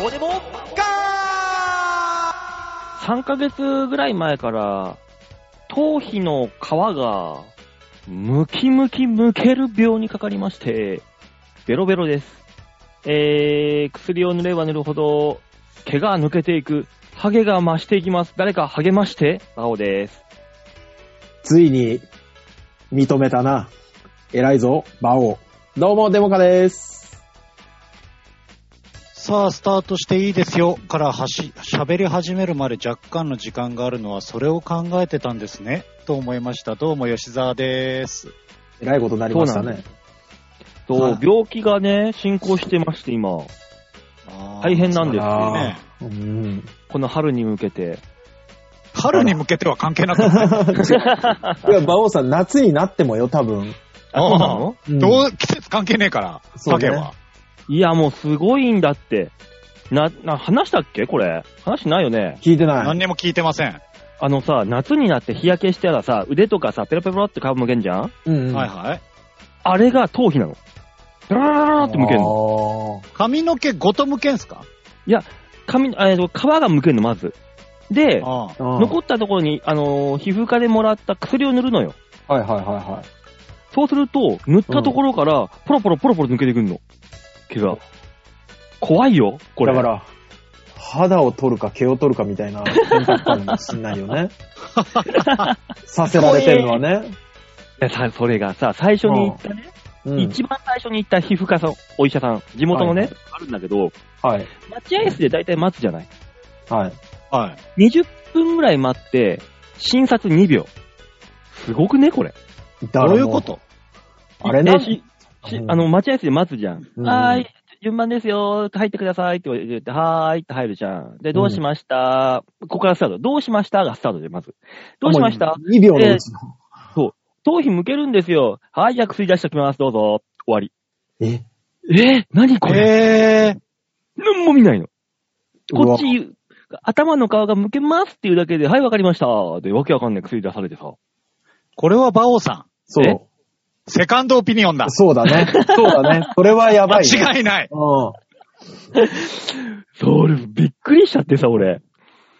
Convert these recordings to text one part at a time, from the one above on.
どうでもガー3ヶ月ぐらい前から、頭皮の皮が、ムキムキむける病にかかりまして、ベロベロです。えー、薬を塗れば塗るほど、毛が抜けていく、ハゲが増していきます。誰か励まして、青です。ついに、認めたな。偉いぞ、馬王。どうも、デモカです。さあ、スタートしていいですよからはし、喋り始めるまで若干の時間があるのは、それを考えてたんですね、と思いました。どうも、吉沢です。偉いことになりましたそうなんね。と、はい病気がね、進行してまして、今。大大変なんですよあね。ーうん。この春に向けて。春に向けては関係なかった。 いや、馬王さん、夏になってもよ、多分。あ、あーそうなのうんどう、季節関係ねえから、そうね影は。 いや、もうすごいんだって。な、な、話したっけこれ。話ないよね。聞いてない。何にも聞いてません。あのさ、夏になって日焼けしたらさ、腕とかさ、ペロペロって皮むけんじゃんうんうん。はいはい。あれが頭皮なの。ペロペロペロペロってむけんの。の。髪の毛ごと向けんすか髪、えっと、皮がむけんの、まず。で、ああ。あー残ったところに、あのー皮膚科でもらった薬を塗るのよ。はいはいはいはい。そうすると、塗ったところから、ポロポロポロポロ抜けてくんの。毛が。怖いよ、これ。だから、肌を取るか毛を取るかみたいな選択かもしんないよね。させられてるのはね。でさ、それがさ、最初に行ったね、うん一番最初に行った皮膚科さん、お医者さん、地元のね、はいあるんだけど、はい。待合室で大体待つじゃないはい。はい。 20分ぐらい待って、診察2秒。すごくね、これ。どどういうことあれねで。ししうんあの、待合室で待つじゃん。うんはーい、順番ですよ、入ってくださいって言って、はーいって入るじゃん。で、どうしました、ここからスタート。どうしましたがスタートで、まず。どうしましたもう ?2 秒のうちの。頭皮向けるんですよ。はい、じゃあ薬出しておきます。どうぞ。終わり。ええ何これ、ええ何も見ないの。うこわっち、頭の皮が向けますっていうだけで、はい、わかりました。で、わけわかんない薬出されてさ。これは馬王さん。そえう。セカンドオピニオンだ。そうだ ね。そうだね。それはやばい、ね。間違いない。うん。それ、びっくりしちゃってさ、俺。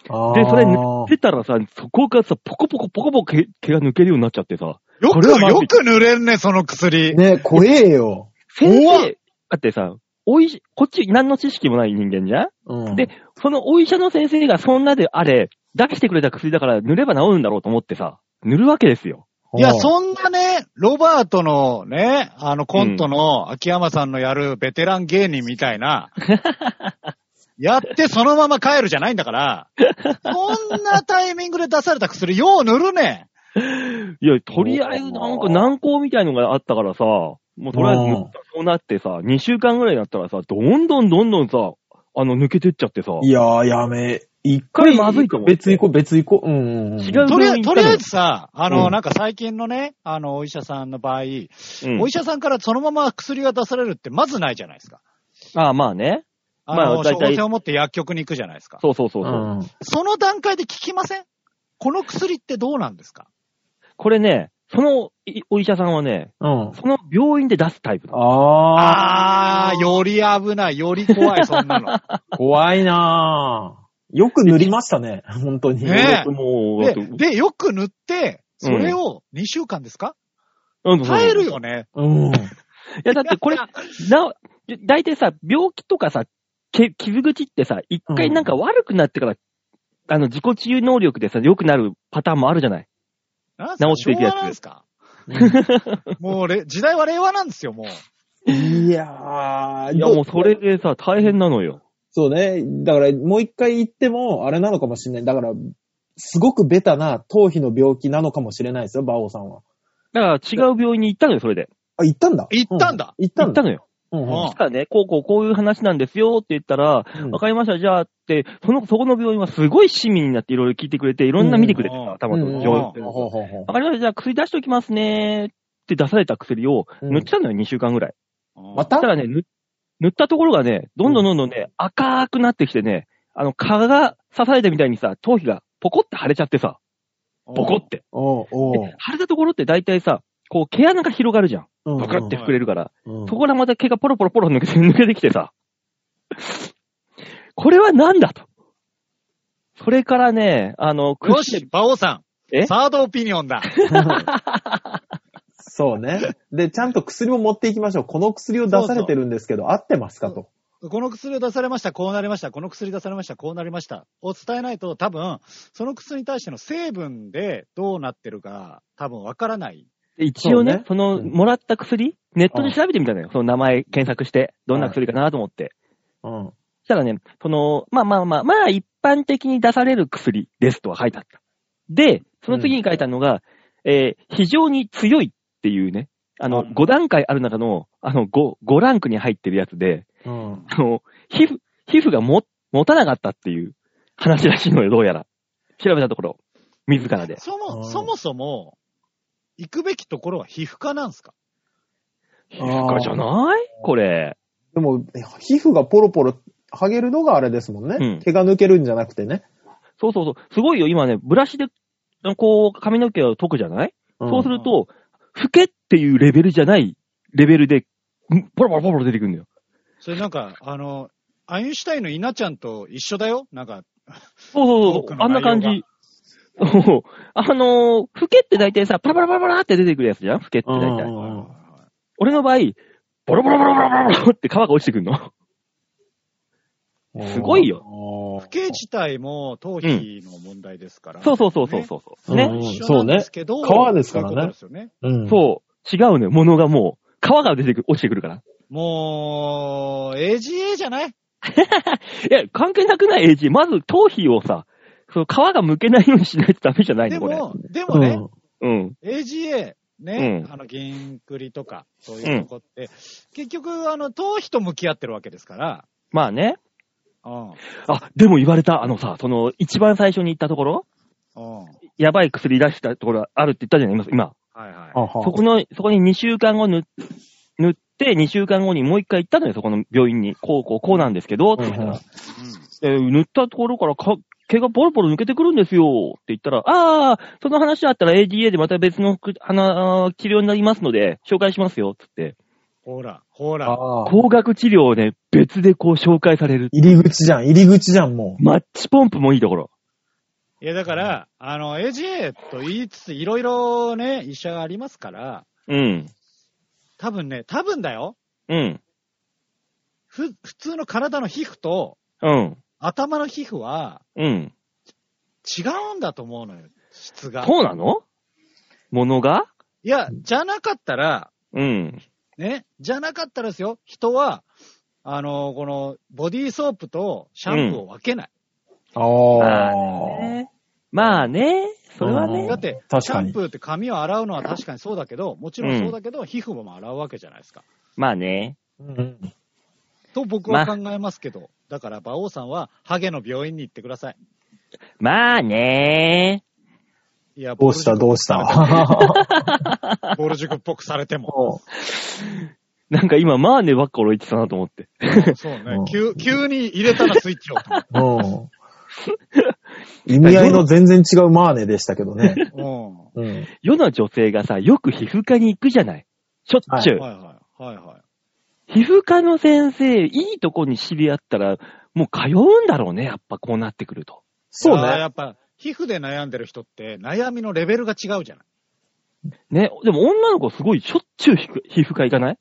あで、ーそれ塗ってたらさ、そこがさ、ポコポコポコポコ毛毛が抜けるようになっちゃってさ。よこれく、はまずいよく塗れるね、その薬。ね、怖えよ。先怖っ生、だってさ、おいし、こっち何の知識もない人間じゃんうん。でそのお医者の先生がそんなであれ、出してくれた薬だから塗れば治るんだろうと思ってさ、塗るわけですよ。うん、いや、そんなね、ロバートのね、あのコントの秋山さんのやるベテラン芸人みた いな、やってそのまま帰るじゃないんだから、そんなタイミングで出された薬、よう塗るね。いや、とりあえずなんか難航みたいのがあったからさ、もうとりあえず塗ったそうなってさ、2週間ぐらいになったらさ、どんどんどんどんさ、あの、抜けてっちゃってさ、いやー、やめ。一これ回、まずいと思う別行こう、別行こう。うんうん、うん。違うとりあえ病院ず、行とったりあのえずさ、あの、うんなんか最近のね、あの、お医者さんの場合、うんお医者さんからそのまま薬が出されるってまずないじゃないですか。ああ、まあね。あまあの、大処体方箋を持って薬局に行くじゃないですか。そうそうそううそう、ん。その段階で聞きませんこの薬ってどうなんですかこれね、そのいお医者さんはね、うん。その病院で出すタイプなのああー、より危ない、より怖い、そん なの。ー、怖いなー。よく塗りましたね、 本当に。ねえもう、だでって、で、よく塗って、それを2週間ですか、うん耐えるよね。うん。いや、だってこ れ、な、大体さ、病気とかさ、け傷口ってさ、一回なんか悪くなってから、あの、自己治癒能力でさ、良くなるパターンもあるじゃない。なんす治ってかいくやつ昭和なんですか もうれ、時代は令和なんですよ、もう。いやー、いや、もうそれでさ、大変なのよ。そうね。だから、もう一回言っても、あれなのかもしれない。だから、すごくベタな頭皮の病気なのかもしれないですよ、馬王さんは。だから違う病院に行ったのよ、それで。あ、行ったんだ。行ったんだうん行った行んっだた。のよ。うんうんうんそしたらね、こうこうこういう話なんですよって言ったら、わかりました、じゃあって、その、そこの病院はすごい市民になっていろいろ聞いてくれて、いろんな見てくれてうんさ、頭とうんうん病院ってほうほうほうほうわかりました、じゃあ薬出しておきますねって出された薬を塗ってたのよ、2週間ぐらい。まだたからね、塗塗ったところがね、どんどんどんどんね、赤くなってきてね、あの、蚊が刺されたみたいにさ、頭皮がポコって腫れちゃってさ、ポコって。おうおでう腫れたところって大体さ、こう毛穴が広がるじゃん。うんパカって膨れるから。うん そこからまた毛がポロポロポロ抜けて、抜けてきてさ。これは何だと。それからね、あの、く よし、馬王さえん。サードオピニオンだ。そうね。で、ちゃんと薬も持っていきましょう。この薬を出されてるんですけど、合ってますかと。この薬を出されました、こうなりました。この薬出されました、こうなりました。を伝えないと、多分、その薬に対しての成分でどうなってるか、多分わからない。一応ね、そそうねの、うんもらった薬、ネットで調べてみたのよ。その名前検索して、どんな薬かなと思って。うん。そしたらね、その、まあまあまあ、まあ一般的に出される薬ですとは書いてあった。で、その次に書いてあるのが、えー非常に強いっていうね、あの、うん5段階ある中の、あの、5、5ランクに入ってるやつで、うん。あの、皮膚、皮膚がも、持たなかったっていう話らしいのよ、どうやら。調べたところ、自らで。そも、うんそもそも、行くべきところは皮膚科なんですか皮膚科じゃないこれ。でも、皮膚がポロポロ剥げるのがあれですもんね。うん毛が抜けるんじゃなくてね。そうそうそう。すごいよ、今ね、ブラシで、こう、髪の毛を解くじゃないそうすると、老けっていうレベルじゃないレベルで、んポロポロポロポロ出てくるんだよ。それなんか、あの、アインシュタインの稲ちゃんと一緒だよなんか、そうそう多そうく、のあんな感内じ。そうあのー、老けって大体さ、パラパラパラパラって出てくるやつじゃん老けって大う体。ん俺の場合、ボロボロボロボロボロボロって皮が落ちてくるの。うん、すごいよ不景自体も頭皮の問題ですから。そうそうそうそうそう。ね。うん一緒なんですけどそうね皮ですからねそういうことですよね。うん。そう。違うのよ、ものがもう、皮が出てくる、落ちてくるから。もう、AGA じゃないいや、関係なくない ?AG。まず頭皮をさ、その皮が剥けないようにしないとダメじゃないでのこれ。も、でもね、うんうん。 AGA、ね、うんあの、銀クリとか、そういうとこって、結局、あの、頭皮と向き合ってるわけですから、まあね。うん、あ、でも言われた、あのさ、その、一番最初に行ったところうん、やばい薬出したところあるって言ったじゃない今。はいはい。あはそこの、そこに2週間後塗塗って、2週間後にもう一回行ったのよ、そこの病院に。こう、こう、こうなんですけど、って言ったうんうらん、えー塗ったところからか毛がボロボロ抜けてくるんですよ、って言ったら、あー、その話あったら ADA でまた別の服あのあー治療になりますので、紹介しますよ、つって。ほら、ほら、あー光学治療をね、別でこう紹介される。入り口じゃん、入り口じゃん、もマッチポンプもいいところ。いや、だから、あの、AGA と言いつつ、いろいろね、医者がありますから、うん。多分ね、多分だよ。うん。ふ、普通の体の皮膚と、うん。頭の皮膚は、うん。違うんだと思うのよ、質が。そうなのものがいや、じゃなかったら、うん。ね、じゃなかったらですよ、人は、あの、この、ボディーソープとシャンプーを分けない。う。ああ。ねまあね、それはうんねだっ。て、確シかャにンプーって髪を洗うのは確かにそうだけど、もちろんそうだけど、皮膚も洗うわけじゃないですか。まあね。うんと僕は考えますけど、だから、馬王さんは、ハゲの病院に行ってください。まあね。いや、どうした、どうした。ボル塾っぽくされても。もなんか今、まあねばっか俺言ってたなと思って。そうねうん。急、急に入れたらスイッチを。ううん 意味合いの全然違うマーネでしたけどね。ううん。世の女性がさ、よく皮膚科に行くじゃない。しょっちゅん。う。はいはい。はいはい。皮膚科の先生、いいとこに知り合ったら、もう通うんだろうね。やっぱこうなってくると。そういやーやね。っぱ、皮膚で悩んでる人って、悩みのレベルが違うじゃない。ね。でも女の子すごいしょっちゅう皮膚皮膚科行かない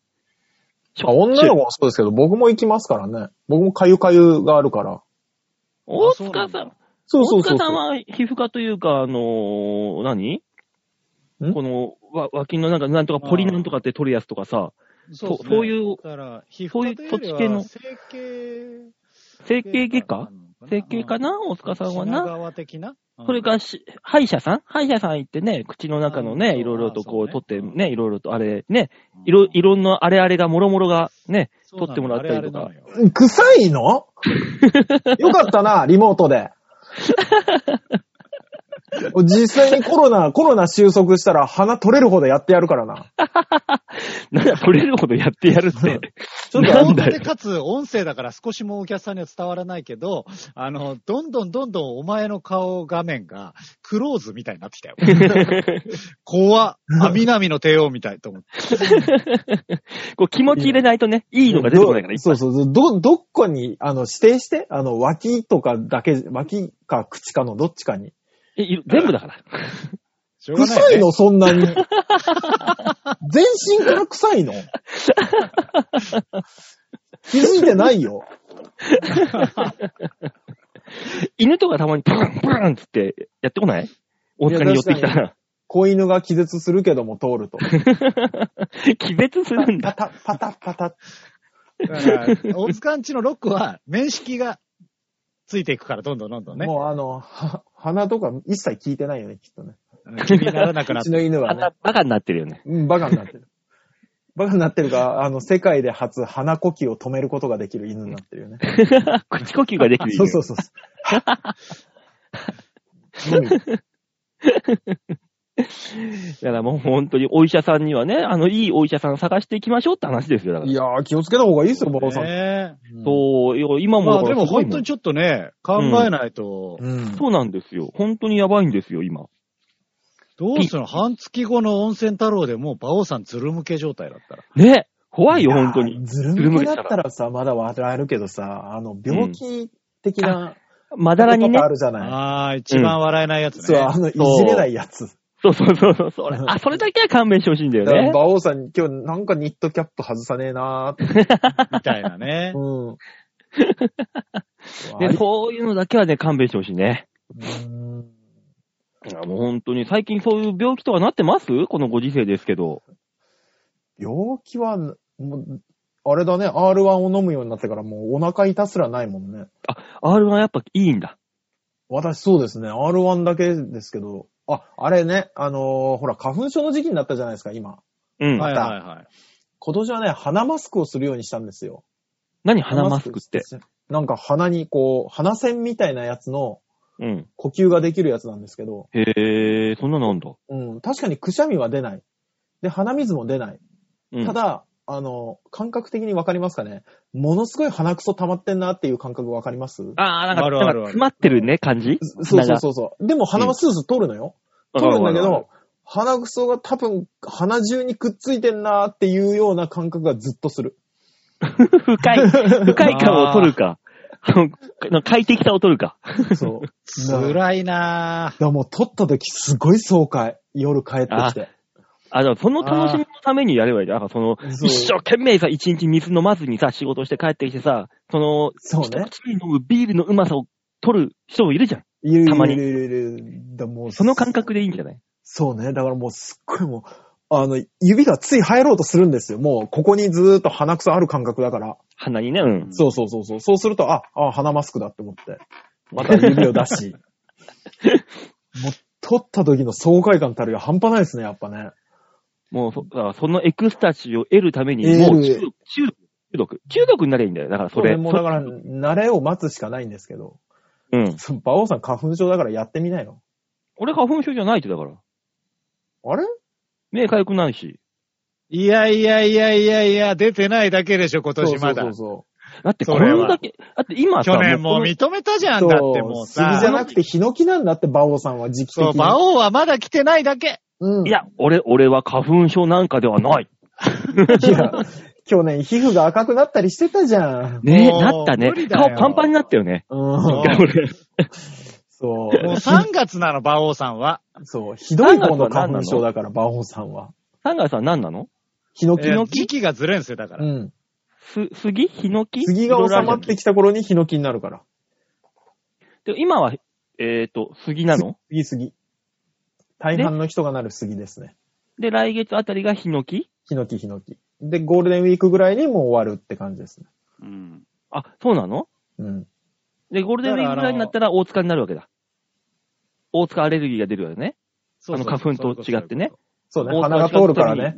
しあょっちゅう女の子もそうですけど、僕も行きますからね。僕もかゆかゆがあるから。大あそうな塚んさんだ、そうそ大うそ塚うさんそう。は皮膚科というか、あのー何んこのわ脇のなんか、なんとかポリなんとかって取るやつとかさ、そうとそういうだから、皮そういう膚科というよりは、整形。整形外科整形かな大塚塚さんはな。側的な。うんそれからし、歯医者さん歯医者さん行ってね、口の中のね、うんいろいろとこうそ取うっねてね、いろいろとあれ、ね、いろ、いろ、ろんなあれあれが、もろもろがね、取ってもらったりとかそうなのあれあれなのよ臭い のよかったな、リモートで。実際にコロナ、コロナ収束したら鼻取れるほどやってやるからな。 なんだ、取れるほどやってやるって。ちょっなと、ん音だよで、かつ音声だから少しもお客さんには伝わらないけど、あの、どんどんどんどんお前の顔画面がクローズみたいになってきたよ。 怖っ。あ、南の帝王みたいと思って。こう気持ち入れないとね、いいのが出てこないから、いっぱそいうそうそう。ど、どっこに、あの、指定して、あの、脇とかだけ、脇か口かのどっちかに。えいる全部だから。しょうがな臭い、いね。の、そん なに。全身から臭いの気づいてないよ。犬とかたまにパンパンつってやってこない大塚に寄ってきたら。子犬が気絶するけども通ると。 気絶するんパだ。タッ、パタッ、パタッ。だから、大塚んちのロックは面識がついていくから、どんどんどんどんね。もうあの、は鼻とか一切聞いてないよね、きっとね。気にならなくな うっちて。の犬はバねカ、バカになってるよね。うん、バカになってる。バカになってるか、あの、世界で初鼻呼吸を止めることができる犬になってるよね。 口呼吸がで きる。そうそうそうそう。のみだからもう本当にお医者さんにはね、あの、いいお医者さん探していきましょうって話ですよ、だからい。やー、気をつけた方がいいですよ、馬場さん。ねうんそう、いや今もまだあかでらもすごい本の当にちょっとね、考えないと、うん。そうなんですよ。本当にやばいんですよ、今。どうするの半月後の温泉太郎でもう馬王さんズル向け状態だったら。ね怖いよ、本当いやにー。ずるむけだったらさ、まだ笑えるけどさ、あの、病気的な、まだらにねあ。るじゃない。ああ、一番笑えないやつそう、ね。あの、いじれないやつ。そうそうそうそうそれ。あ、それだけは勘弁してほしいんだよだからね。馬王さん、今日なんかニットキャップ外さねえなーって。 みたいなね。うん。ね、そういうのだけはね、勘弁してほしいね。うんあもう本当に、最近そういう病気とかなってますこのご時世ですけど。病気は、もう、あれだね、R1 を飲むようになってからもうお腹痛すらないもんね。 R はやっぱいいんだ。私そうですね、R1 だけですけど、あ、あれね、あのーほら、花粉症の時期になったじゃないですか、今。うん。はいはいはい。今年はね、鼻マスクをするようにしたんですよ。何鼻マスクって。。なんか鼻にこう、鼻栓みたいなやつのうん。呼吸ができるやつなんですけど、へえ、そんなのあんだ。うん、確かにくしゃみは出ない。で、鼻水も出ない。うん、ただ、あの、感覚的にわかりますかねものすごい鼻くそ溜まってんなっていう感覚わかりますああ、なんか、あるあるなあんるか詰まってるね、感じそうそうそうそう。でも鼻はスースー通るのよ。わ通かるるんだわけかるど、鼻くそが多分鼻中にくっついてんなっていうような感覚がずっとする。深い、深い感を取るか。快適さを取るか。 そう。だか辛いならもう撮った時すごい爽快。夜帰ってきて。あ、でもその楽しみのためにやればいいじゃん。なんかその、そう一生懸命さ、一日水飲まずにさ、仕事して帰ってきてさ、その、そう一ね。口に飲むビールのうまさを取る人もいるじゃん。 いるいたまるにいるいるいる。だもうその感覚でいいんじゃないそうね。だからもうすっごいもう、あの、指がつい入ろうとするんですよ。もう、ここにずーっと鼻くそある感覚だから。鼻にね、うん。そうそうそうそう。そうすると、あ、あ、鼻マスクだって思って。また指を出 し。もう、取った時の爽快感たるや半端ないですね、やっぱね。 もうそ、だからそのエクスタシーを得るために、得るもう中毒、中毒、中毒、中毒になればいいんだよ。だからそれ。もうだから、慣れを待つしかないんですけど。うん。その馬王さん花粉症だからやってみないの俺花粉症じゃないってだから。あれ目痒くないし。いやいやいやいやいや、出てないだけでしょ、今年まだそう。そうだってこそれはんだけ、だって今さ、去年もううこの認めたじゃそん。う。だってもう杉じゃさ。なくてヒノキなんだって、馬王さんは時期的そう、に。馬王はまだ来てないだけ。うん。いや、俺、俺は花粉症なんかではない。いや、去年皮膚が赤くなったりしてたじゃん。ねえ、もうなったね無理。だよ顔パンパンになったよね。うん。も俺そ もうう。 3月なの、馬王さんは。そう。ひどい方の花粉症だから、馬王さんは。サンガーさん何なのヒノえキのー木。時期がずれんすよ、だからう。ん。す、杉ヒノキ杉が収まってきた頃にヒノキになるから。で今は、えっ、と、杉なの杉杉。大半の人がなる杉ですね。で、来月あたりがヒノキヒノキヒノキ。で、ゴールデンウィークぐらいにもう終わるって感じですね。うんあ、そうなのうん。で、ゴールデンウィークぐらいになったら大塚になるわけだ。大塚アレルギーが出るわよね。そうそうそうあの花粉と違ってね。そうね。大阪鼻が通るからね。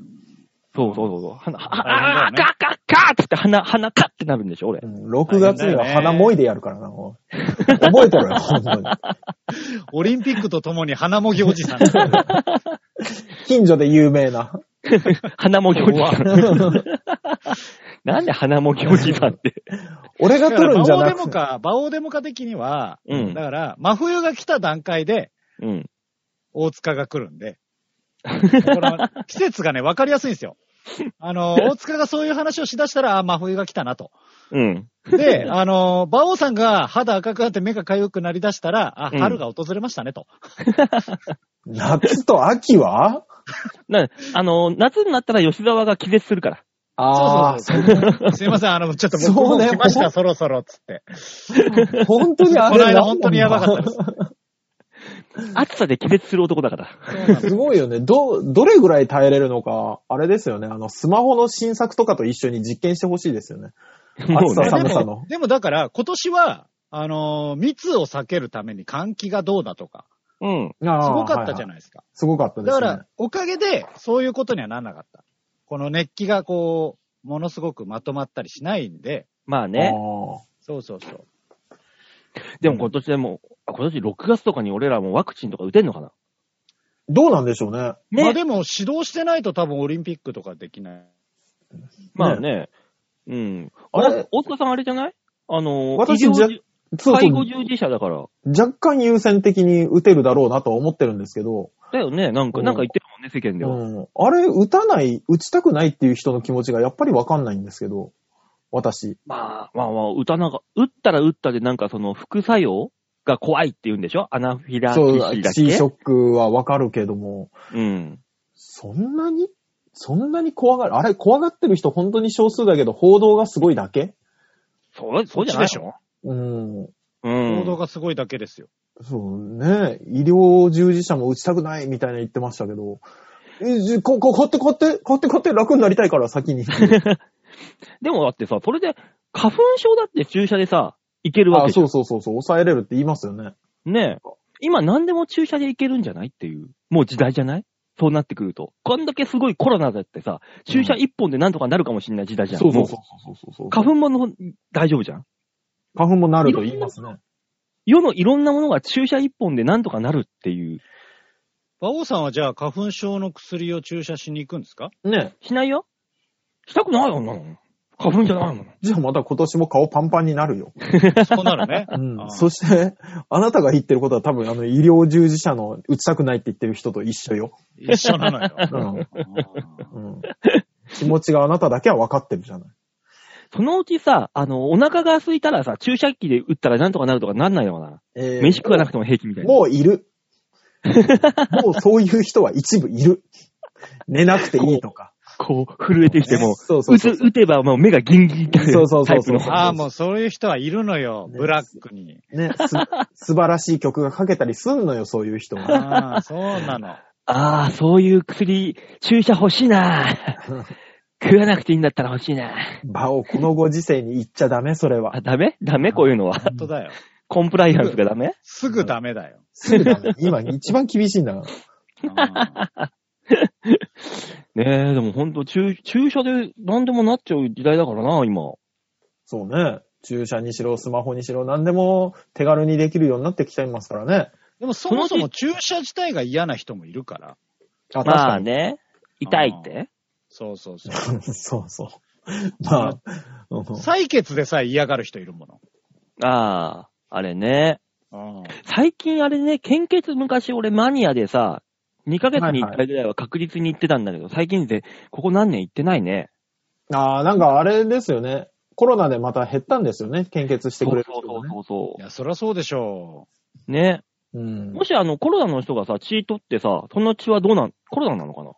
そうそうそうそう。鼻、ああ、ああ、大変だよねカッカッカーっつって鼻、鼻カッってなるんでしょ、俺う。ん、6月には鼻もいでやるからな、もう。覚えてろ よ、ほんとに。オリンピックとともに鼻もぎお じさん。近所で有名な。 鼻もぎおじさん。なんで鼻もぎおじさんって。俺がだか取ら、るんじ馬ゃ王なデくてモ。か、馬王デモか的には、うんだから、真冬が来た段階で、うん。大塚が来るん で、この季節がね、わかりやすいんですよ。あの、大塚がそういう話をしだしたら、あ、真冬が来たなと。うん。 で、あの、馬王さんが肌赤くなって目が痒くなりだしたら、あ、うん春が訪れましたねと。夏と秋はな、あの、夏になったら吉沢が気絶するから。ああ、そうそうそう。すいません、あの、ちょっと僕そうもね来ました、そろそろ、つって。本当にあこれの間本当にやばかったです。暑さで気絶する男だから。すごいよね。ど、どれぐらい耐えれるのか、あれですよね。あの、スマホの新作とかと一緒に実験してほしいですよね。もう暑さね寒でさもの、でもだから、今年は、あのー密を避けるために換気がどうだとか、うん。あすあごかっはたじゃいはいないですか。すごかったでだすかね。ら、おかげで、そういうことにはならなかった。この熱気がこう、ものすごくまとまったりしないんで、まあね。ああそうそうそう。でも今年でも、あ今年6月とかに俺らもワクチンとか打てんのかなどうなんでしょうね。まあね。でも、指導してないと多分オリンピックとかできない。まあね。うん。あれお大塚さんあれじゃないあの、私医療じゃ従そうそ介護う従事者だから。若干優先的に打てるだろうなとは思ってるんですけど、だよね。なんか、うんなんか言ってるもんね、世間でうは。ん、あれ、打たない、打ちたくないっていう人の気持ちがやっぱりわかんないんですけど、私。まあ、まあまあ、打たなが、打ったら打ったでなんかその副作用が怖いって言うんでしょアナフィラキシそう、ーだっけ C ショックはわかるけども、うん。そんなにそんなに怖がるあれ、怖がってる人本当に少数だけど、報道がすごいだけそう、そうじゃないのそっちでしょうん。う行動ん。がすごいだけですよ。そうね。医療従事者も打ちたくないみたいな言ってましたけど、え、じこ、こ、こうやって、こうやって、こうやって、こうやって楽になりたいから 先に。でもだってさ、それで、花粉症だって注射でさ、いけるわあ、けじゃそんうそうそうそう、抑えれるって言いますよね。ねえ。今何でも注射でいけるんじゃないっていう。もう時代じゃないそうなってくると。こんだけすごいコロナだってさ、注射一本でなんとかなるかもしれない時代じゃん。そうそうもそうそうそうそうう花粉もの大丈夫じゃん花粉もなると言いますね。世のいろんなものが注射一本でなんとかなるっていう。馬王さんはじゃあ、花粉症の薬を注射しに行くん ですかね。しないよしたくないよ、女の。花粉じゃないもん。じゃあまた今年も顔パンパンになるよ。そうなるね。うんあ。ーそして、あなたが言ってることは多分、あの、医療従事者の打ちたくないって言ってる人と一緒よ。一緒なのよ。うん。あーうん。気持ちがあなただけは分かってるじゃない。そのうちさ、あの、お腹が空いたらさ、注射器で打ったらなんとかなるとかなんないのかな。え飯食わなくても平気みたいな。もうい る。もうそういう人は一部いる。寝なくていいとか。こう、震えてきても、そうそう打そつ、う。打てばもう目がギンギンってなるそうそうそうそうタイプのあー、もうそういう人はいるのよ。ねブラックに。ね、す、素晴らしい曲が書けたりすんのよ、そういう人は。ああ、そうなの。ああ、そういう薬、注射欲しい な。食わなくていいんだったら欲しいな。場をこのご時世に言っちゃダメ、それはあ、。ダメダメこういうのは。本当だよ。コンプライアンスがダメすぐダメだよ。すぐダメ。今一番厳しいんだから。 あねえ、でもほんと、注、注射で何でもなっちゃう時代だからな、今。そうね。注射にしろ、スマホにしろ、何でも手軽にできるようになってきちゃいますからね。ーでもそもそも注射自体が嫌な人もいるから。あ、確まかあに。ね、痛いって。そうそうそ う。そうそう。まあ、うん採血でさえ嫌がる人いるもの。ああ、あれね。あ最近あれね、献血昔俺マニアでさ、2ヶ月に1はい回ぐらいは確率に行ってたんだけど、最近で、ここ何年行ってないね。あーなんかあれですよね。コロナでまた減ったんですよね。献血してそうくそれうる人がね。そうそいや、そりゃそうでしょう。ね。うんもしあの、コロナの人がさ、血取ってさ、その血はどうなん、コロナなのかなう。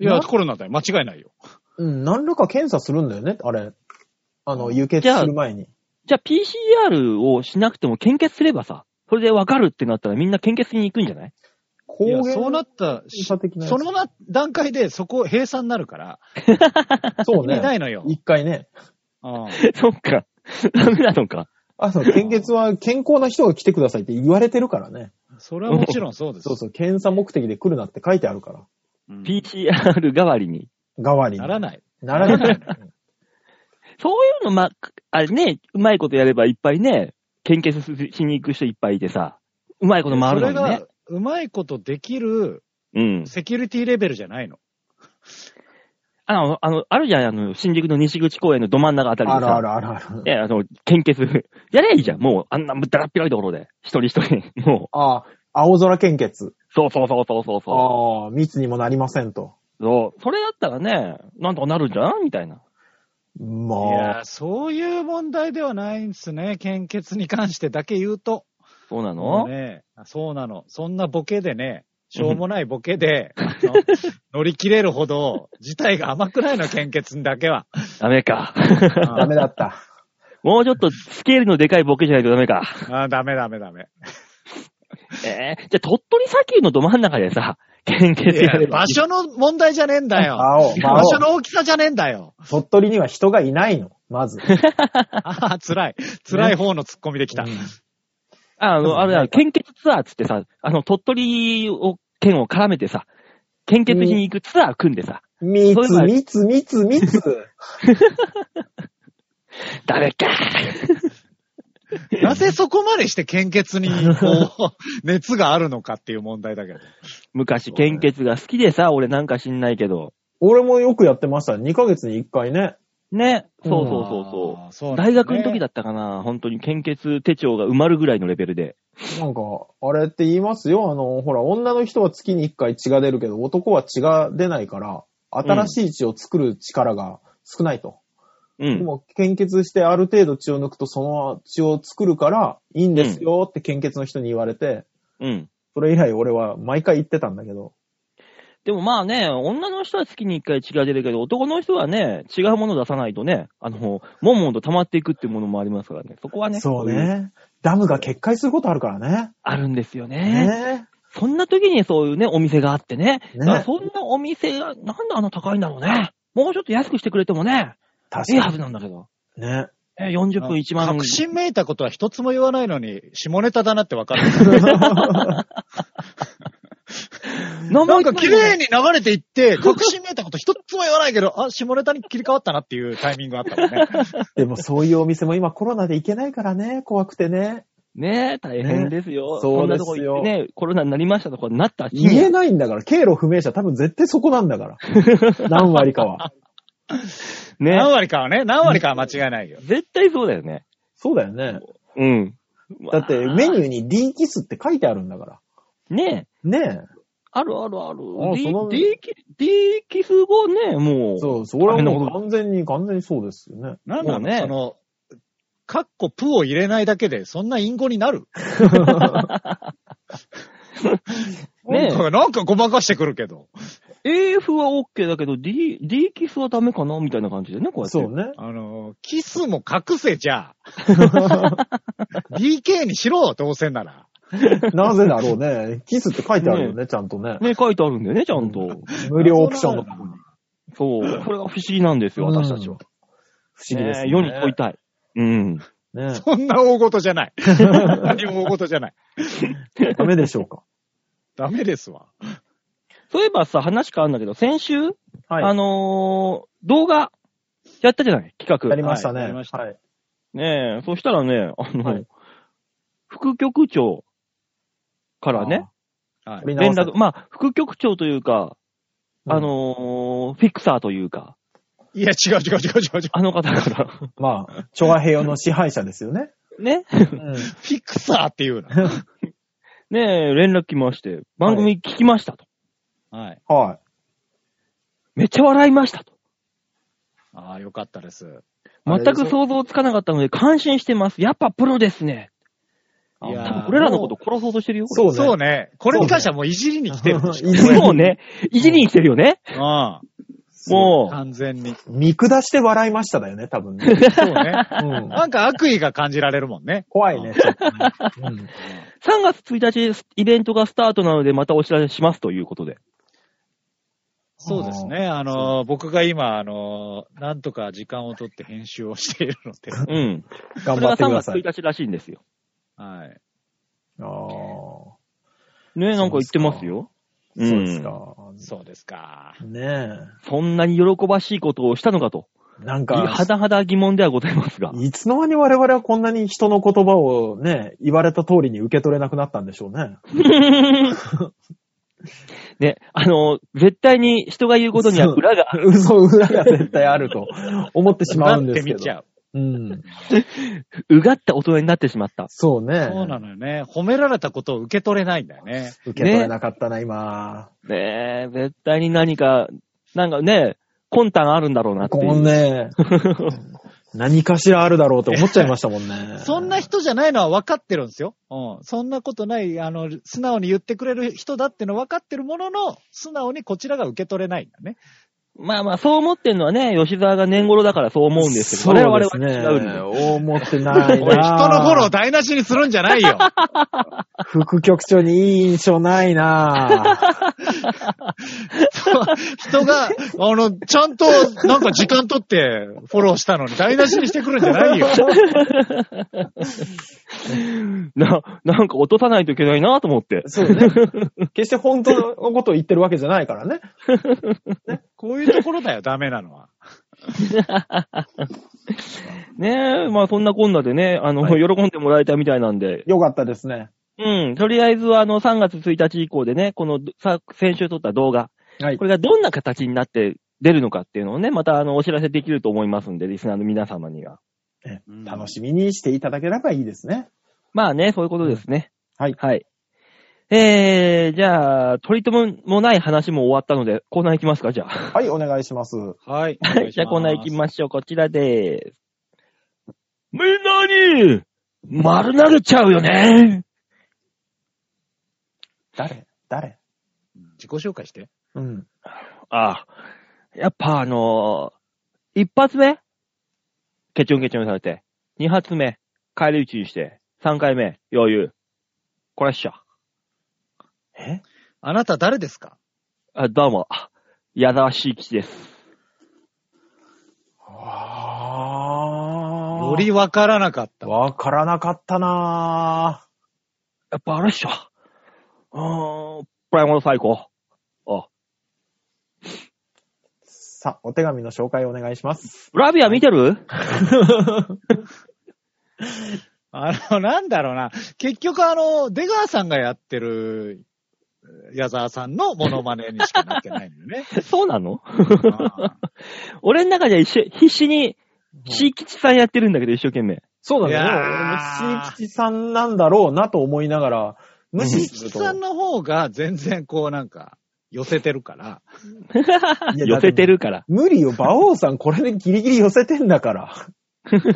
いや、なコロナだよ。間違いないよ。うん、何らか検査するんだよね、あれ。あの、輸血じゃあする前に。じゃあ PCR をしなくても献血すればさ、それでわかるってなったらみんな献血に行くんじゃない 抗いや、原そうなった検査し、そ的なやつのな段階でそこ閉鎖になるから、そう意味なね。いのよ。一回ね。ああそっか。ダメなのか。あの、献血は健康な人が来てくださいって言われてるからね。それはもちろんそうです。そうそう、検査目的で来るなって書いてあるから。うん PCR 代わりに。代わりに。ならない。ならない。そういうの、ま、あれね、うまいことやればいっぱいね、献血しに行く人いっぱいいてさ、うまいこと回るのそれにねが。、うまいことできるうん。セキュリティレベルじゃないの。あの、あの、あるじゃん、あの、新宿の西口公園のど真ん中あたりであるさ、あるあるある。ね、あの、献血、 やれゃいいじゃん。もう、あんなだらっぴろいところで、一人一人、 もう、ああ、青空献血。そうそうそうそうそうそう。ああ、密にもなりませんと。そう。それだったらね、なんとかなるんじゃんみたいな。いまやあ、ー、そういう問題ではないんですね。献血に関してだけ言うと。そうなものうね、そうなの。そんなボケでね、しょうもないボケで、あの乗り切れるほど、事態が甘くないの、献血だけは。ダメか。 ダメだった。もうちょっとスケールのでかいボケじゃないとダメか。あーダメダメダメ。えー、じゃあ鳥取砂丘のど真ん中でさ、献血いやれやばい場い。所の問題じゃねえんだよ。青、場魔所王。の大きさじゃねえんだよ。鳥取には人がいないの、まず。ああ、辛い。辛い方のツッコミできた。うんああの、あれだ、献血ツアーっつってさ、あの、鳥取を、県を絡めてさ、献血しに行くツアー組んでさ、密そういえば、密、密、密。 ダメか。 なぜそこまでして献血に、 こう、熱があるのかっていう問題だけど。昔献血が好きでさ、俺なんか知んないけど。俺もよくやってました。2ヶ月に1回ね。ね。そうそうそうそう。あーそうなん大だね学の時だったかな、本当に献血手帳が埋まるぐらいのレベルで。なんか、あれって言いますよ。あの、ほら、女の人は月に1回血が出るけど、男は血が出ないから、新しい血を作る力が少ないと。うん。でも、献血してある程度血を抜くと、その血を作るから、いいんですよって献血の人に言われて、うん。それ以来俺は毎回言ってたんだけど、でもまあね、女の人は月に一回血が出るけど、男の人はね、違うもの出さないとね、あの、もんもんと溜まっていくっていうものもありますからね。そこはね。そうこいね。ダムが決壊することあるからね。あるんですよね。ねそんな時にそういうね、お店があってね。ねだからそんなお店が、なんであんな高いんだろうね。もうちょっと安くしてくれてもね、確いいかはずなんだけど。に。 ね。え40分1万。確信めいたことは一つも言わないのに、下ネタだなってわかる。なんなんか綺麗に。に流れていって、確信めいたこと一つも言わないけど、あ、下ネタに切り替わったなっていうタイミングがあった もんね。でもそういうお店も今コロナで行けないからね、怖くてね。ねえ、大変ですよ。ねそうんなですよとこ行ってね、コロナになりましたとかなった日に言えないんだから、経路不明者多分絶対そこなんだ から。何割かは。ね何割かはね、何割かは間違いないよ。絶対そうだよね。そうだよね。うん。だってメニューに D キスって書いてあるんだから。ねえ。ねあるあるあるあ。 D その D キ D キス後ね、もえ。う。そう、それはもう完全に、完全にそうですよね。なんなもうの、ねその、カッコプを入れないだけで、そんな隠語になるねなんかなんかごまかしてくるけど。 AF は OK だけど、D、D キスはダメかなみたいな感じでね、こうやって。そうね。あの、キスも隠せ じゃあ。DK にしろ、どうせなら。なぜだろうね。 キスって書いてあるよね、ちゃんとね。ね、書いてあるんだよね、ちゃんと。無料オプションのとこに。そう。これが不思議なんですよ、うん私たちは。不思議です、ねね。世に問いたい。うん。ねそんな大事じゃない。何も大事じゃない。ダメでし ょうか。ダメですわ。そういえばさ、話変わるんだけど、先週、あはい。のー動画、やったじゃない企画。やりましたはいやね。りましたはい。ねえ、そしたらね、あの、はい副局長からね、はい取り連直せ絡、まあ、副局長というか、あ、のーフィクサーというか、いや、違う違う違う違う違う。あの方 から、うんまあ、諸和平和の支配者ですよね。ね、うフィクサーっていう な。ねえ、連絡来まして、番組聞きましたと。はい。ん。はい。めっちゃ笑いましたと。ああ、よかったです。あ全れく想像つかなかったので、感心してます。やっぱプロですね。あいやー多分俺らのこと殺そうとしてるよ。そうね。そうね。これに関してはもういじりに来てる。いじりもうね、いじりに来てるよ ね。うん。もう、完全に。見下して笑いましただよね、多分ね。そうね。うん、なんか悪意が感じられるもんね。怖いね、ちょっとね。うん3月1日イベントがスタートなので、またお知らせしますということで。そうですね。あのー、僕が今、あのー、なんとか時間を取って編集をしているので。うん。頑張ってくださそれい。が3月1日らしいんですよ。はい。ああ。ねなんか言ってますよ。うんそうですか。そうですか。ねそんなに喜ばしいことをしたのかと、え。なんいか、はだはだ疑問ではございますが。いつの間に我々はこんなに人の言葉をね、言われた通りに受け取れなくなったんでしょうね。ね、あの、絶対に人が言うことには裏がある。 嘘、裏が絶対あると思ってしまうんですけなってみちど。ゃう。うん。うがった大人になってしまった。そうね。そうなのよね。褒められたことを受け取れないんだよね。。受け取れなかったな、今。ねえ、絶対に何か、なんかね、魂胆あるんだろうなっていこのう。 ね、何かしらあるだろうと思っちゃいましたもんねそんな人じゃないのは分かってるんですよ。うん。そんなことない、あの、素直に言ってくれる人だっての分かってるものの、素直にこちらが受け取れないんだね。まあまあ、そう思ってんのはね、吉沢が年頃だからそう思うんですけど、そう我です々ね。は違うんだよ。思ってないおい人な。のフォロー台無しにするんじゃないよ。 副局長にいい印象ないな。人が、あの、ちゃんと、なんか時間取ってフォローしたのに台無しにしてくるんじゃないよ。な、なんか落とさないといけないなと思って。そうね。決して本当のことを言ってるわけじゃないからね。こういうところだよ、ダメなのは。ねえ、まあそんなこんなでね、あの、はい喜んでもらえたみたいなんで。よかったですね。うん、とりあえずはあの、3月1日以降でね、この、さ、先週撮った動画、はいこ。れがどんな形になって出るのかっていうのをね、またあの、お知らせできると思いますんで、リスナーの皆様には。楽しみにしていただければいいですね。まあね、そういうことですね。はいはい。えー、じゃあ、取り留めもない話も終わったので、コーナー行きますか、じゃあ。はい、お願いします。はい。じゃあコーナー行きす。ましょう。こちらでーす。みんなに、丸投げちゃうよね誰誰自己紹介して。うん。ああ、やっぱあのー一発目、ケチョンケチョンされて、二発目、帰り討ちにして、三回目、余裕。これっしょ。えあなた誰ですかあどうも、矢沢しいきです。あよりわからなかった。わからなかったなやっぱあれっしょ。うーん、プライモード最高。あ、さあ、お手紙の紹介をお願いします。ラビア見てる あの、なんだろうな。結局、あの、出川さんがやってる、矢沢さんのモノマネにしかなってないんだよ ね。そうなのあ俺の中では一緒、必死に、しいきちさんやってるんだけど、一生懸命。そうなんだよねね。俺もシーキチさんなんだろうなと思いながら、無ー視しすきると。さんの方が全然こうなんか、寄せてるから。いや寄せてるから。無理よ、馬王さんこれでギリギリ寄せてんだから。そっか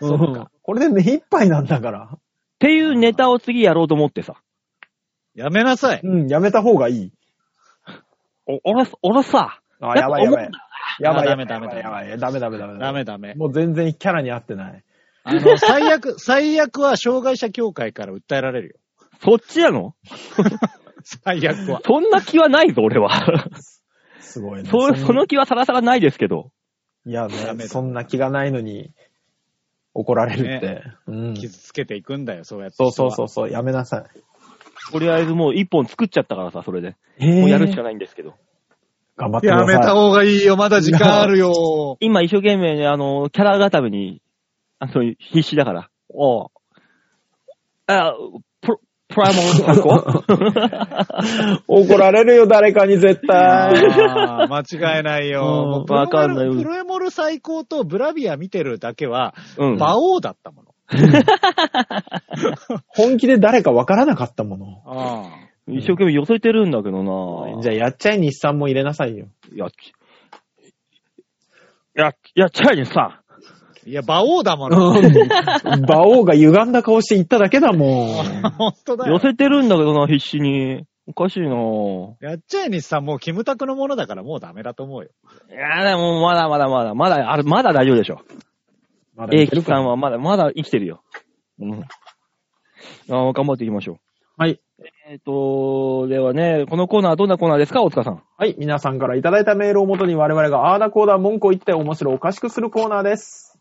そうか。これで目いっぱいなんだから。っていうネタを次やろうと思ってさ。やめなさい。うん、やめた方がいい。お、俺さ、俺さ、あ、やばいやばい。やばい。あダメダメやばいやばい。ダメダメダメダ。メダメ。もう全然キャラに合ってない。あ の、最悪、最悪は障害者協会から訴えられるよ。そっちなの最悪は。そんな気はないぞ、俺は。すごいね。そ、んその気はさらさらないですけど。いやダね、メだそんな気がないのに怒られるって。うん。傷つけていくんだよ、そうやって。そうそうそうそう、やめなさとりあえずもう一本作っちゃったからさ、それで。い。えもうやるしかないんですけど。頑張ってくやださい。めた方がいいよ、まだ時間あるよ。今一生懸命ね、あの、キャラ固めに、あの、必死だから。おうあ、プロ、プライモー最 高怒られるよ、誰かに絶対。あー間違いないよ。もううんわかんないプロエモル最高とブラビア見てるだけは、うん。馬王だったもの。本気で誰かわからなかったもの。あ一生懸命寄せてるんだけどなじゃあ、やっちゃい日産も入れなさいよ。やっち、やっ、やっちゃいにさ、ーいや、馬王だもの。馬王が歪んだ顔して言っただけだもん。本当だ寄よ。せてるんだけどな、必死に。おかしいなぁ。やっちゃえにさん、もうキムタクのものだからもうダメだと思うよ。いやでもまだまだまだ、まだ、あれ、まだ大丈夫でしょ。まだ英い樹けるさんか。はまだ、まだ生きてるよ。うん。あー頑張っていきましょはい。う。えっ、と、ではね、このコーナーはどんなコーナーですか、大塚さん。はい。皆さんからいただいたメールをもとに我々があーだこーだ文句を言って面白おかしくするコーナーです。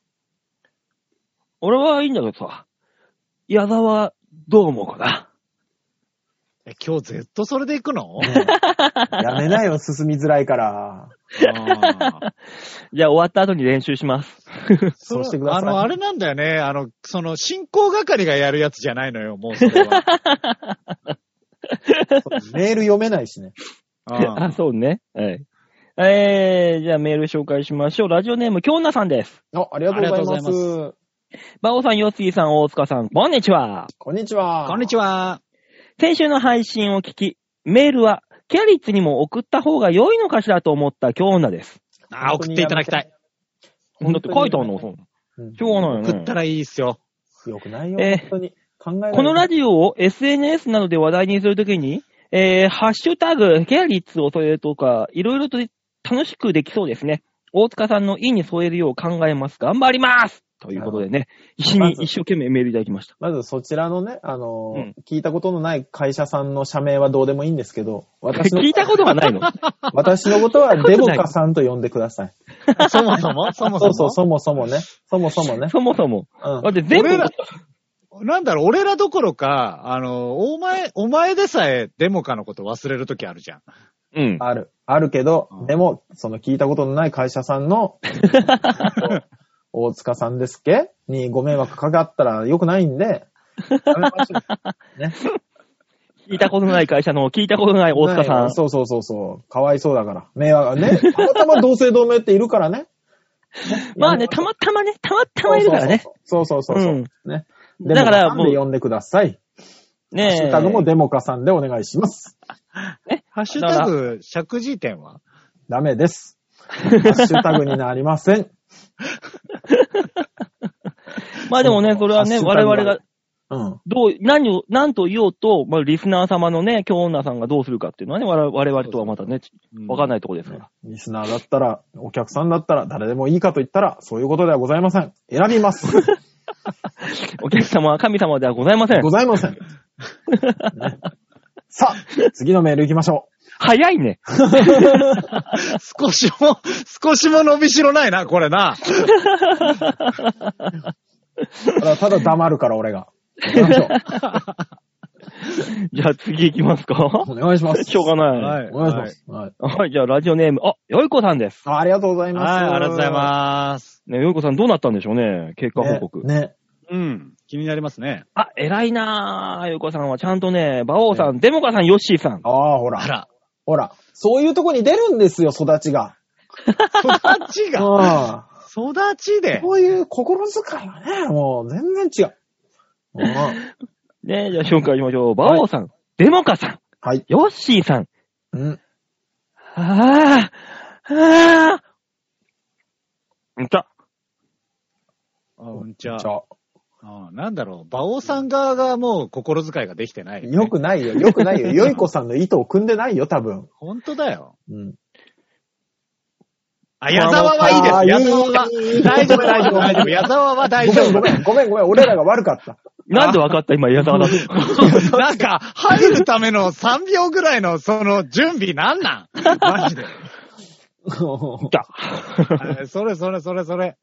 俺はいいんだけどさ、矢沢、どう思うかな。え、今日ずっとそれで行くのやめなよ、進みづらいから。あー じゃあ終わった後に練習します。そうしてください。あの、あれなんだよね。あの、その、進行係がやるやつじゃないのよ、もうそれは。メール読めないしね。うん あ、そうね。はい。えー、じゃあメール紹介しましょう。ラジオネーム、京奈さんです。あ、ありがとうございありがとうます。バオさん、ヨッシーさん、大塚さん、こんにちは。こんにちは。こんにちちは。先週の配信を聞き、メールは、キャリッツにも送った方が良いのかしらと思った京奈です。あー送っていただきたい。だって書いてあるの、そんなしょうがないよね。送ったらいいっすよ。よくないよ、えー本当に。考えないこのラジオを SNS などで話題にするときに、えー、ハッシュタグ、ケアリッツを添えるとか、いろいろと楽しくできそうですね。大塚さんの意に添えるよう考えます。頑張りますということでね、一緒にまず一生懸命メールいただきました。まずそちらのね、あのーうん聞いたことのない会社さんの社名はどうでもいいんですけど、私の聞いたことがない の私のことはデボカさんと呼んでください。そもそもそもそうそそう、もそもそもね。そもそもね。そもそも。うんだって全部俺らなんだろう、俺らどころか、あの、お前、お前でさえデモカのこと忘れるときあるじゃん。うん。ある。あるけどうん、でも、その聞いたことのない会社さんの、大塚さんですっけにご迷惑かかったら良くないんで、やめましょうね。聞いたことない会社の聞いたことない 大塚さん。そうそうそうそう。かわいそうだから。迷惑ね。たまたま同姓同名っているからね。 まあね、たまたまね、たまたまいるからね。。そうそうそうそう。ね。でだからもう。で呼んでください。ハッねシえ。ュタグもデモカさんでお願いします。ハッシュタグ、尺字点はダ メです。ハッシュタグになりません。まあでもね、それはね、ハッシュ我タグは々がうん。どう、何を、何と言おうと、まあ、リスナー様のね、京女さんがどうするかっていうのはね、我々我々とはまたね、わかんなない。いとこですから。リスナーだったら、お客さんだったら、誰でもいいかと言ったら、そういうことではございません。選び ます。お客様は神様ではございませんご。ざいません。ねさあ、次のメール行きましょ早いね。少しも、少しも伸びしろないな、これな。う。ただ、ただ黙るから、俺が。行きましょうじゃあ次行きますかお願いし ます。しょうがない。いお願いします。はい。はい、じゃあラジオネーム、あ、よいこさんです。あありがとうございます。はい、ありがとうございます。ね、よいこさんどうなったんでしょうね、結果報告。ね。ねうん。気になりますね。あ、偉いなぁ、よいこさんは。ちゃんとね、馬王さん、デモカさん、ヨッシーさん。ああ、ほらあ。ら、ほら。そういうとこに出るんですよ、育ちが。育ちが、ああ。育ちで。こういう心遣いはね、もう全然違う。うんね、じゃあ紹介しましょう。馬王さん、デモカさん、はい。ヨッシーさん、うん。ああ、ああ。いた。うんちゃち。ょうんなんだろう、馬王さん側がもう心遣いができ てないね、よくないよ、よくないよ。よいこさんの意図を組んでないよ、多分。本当だよ。うん。あ、矢沢はいいです。矢沢あは。ーいいいい大丈夫、大丈夫、大丈夫。矢沢は大丈ご夫。めん、ごめん、ごめん、ごめん、俺らが悪かった。なんでわかった今、矢沢だと。 なんか、入るための3秒ぐらいの、その、準備なんなんマ ジで。いた。あそれ、それ、それ、それ。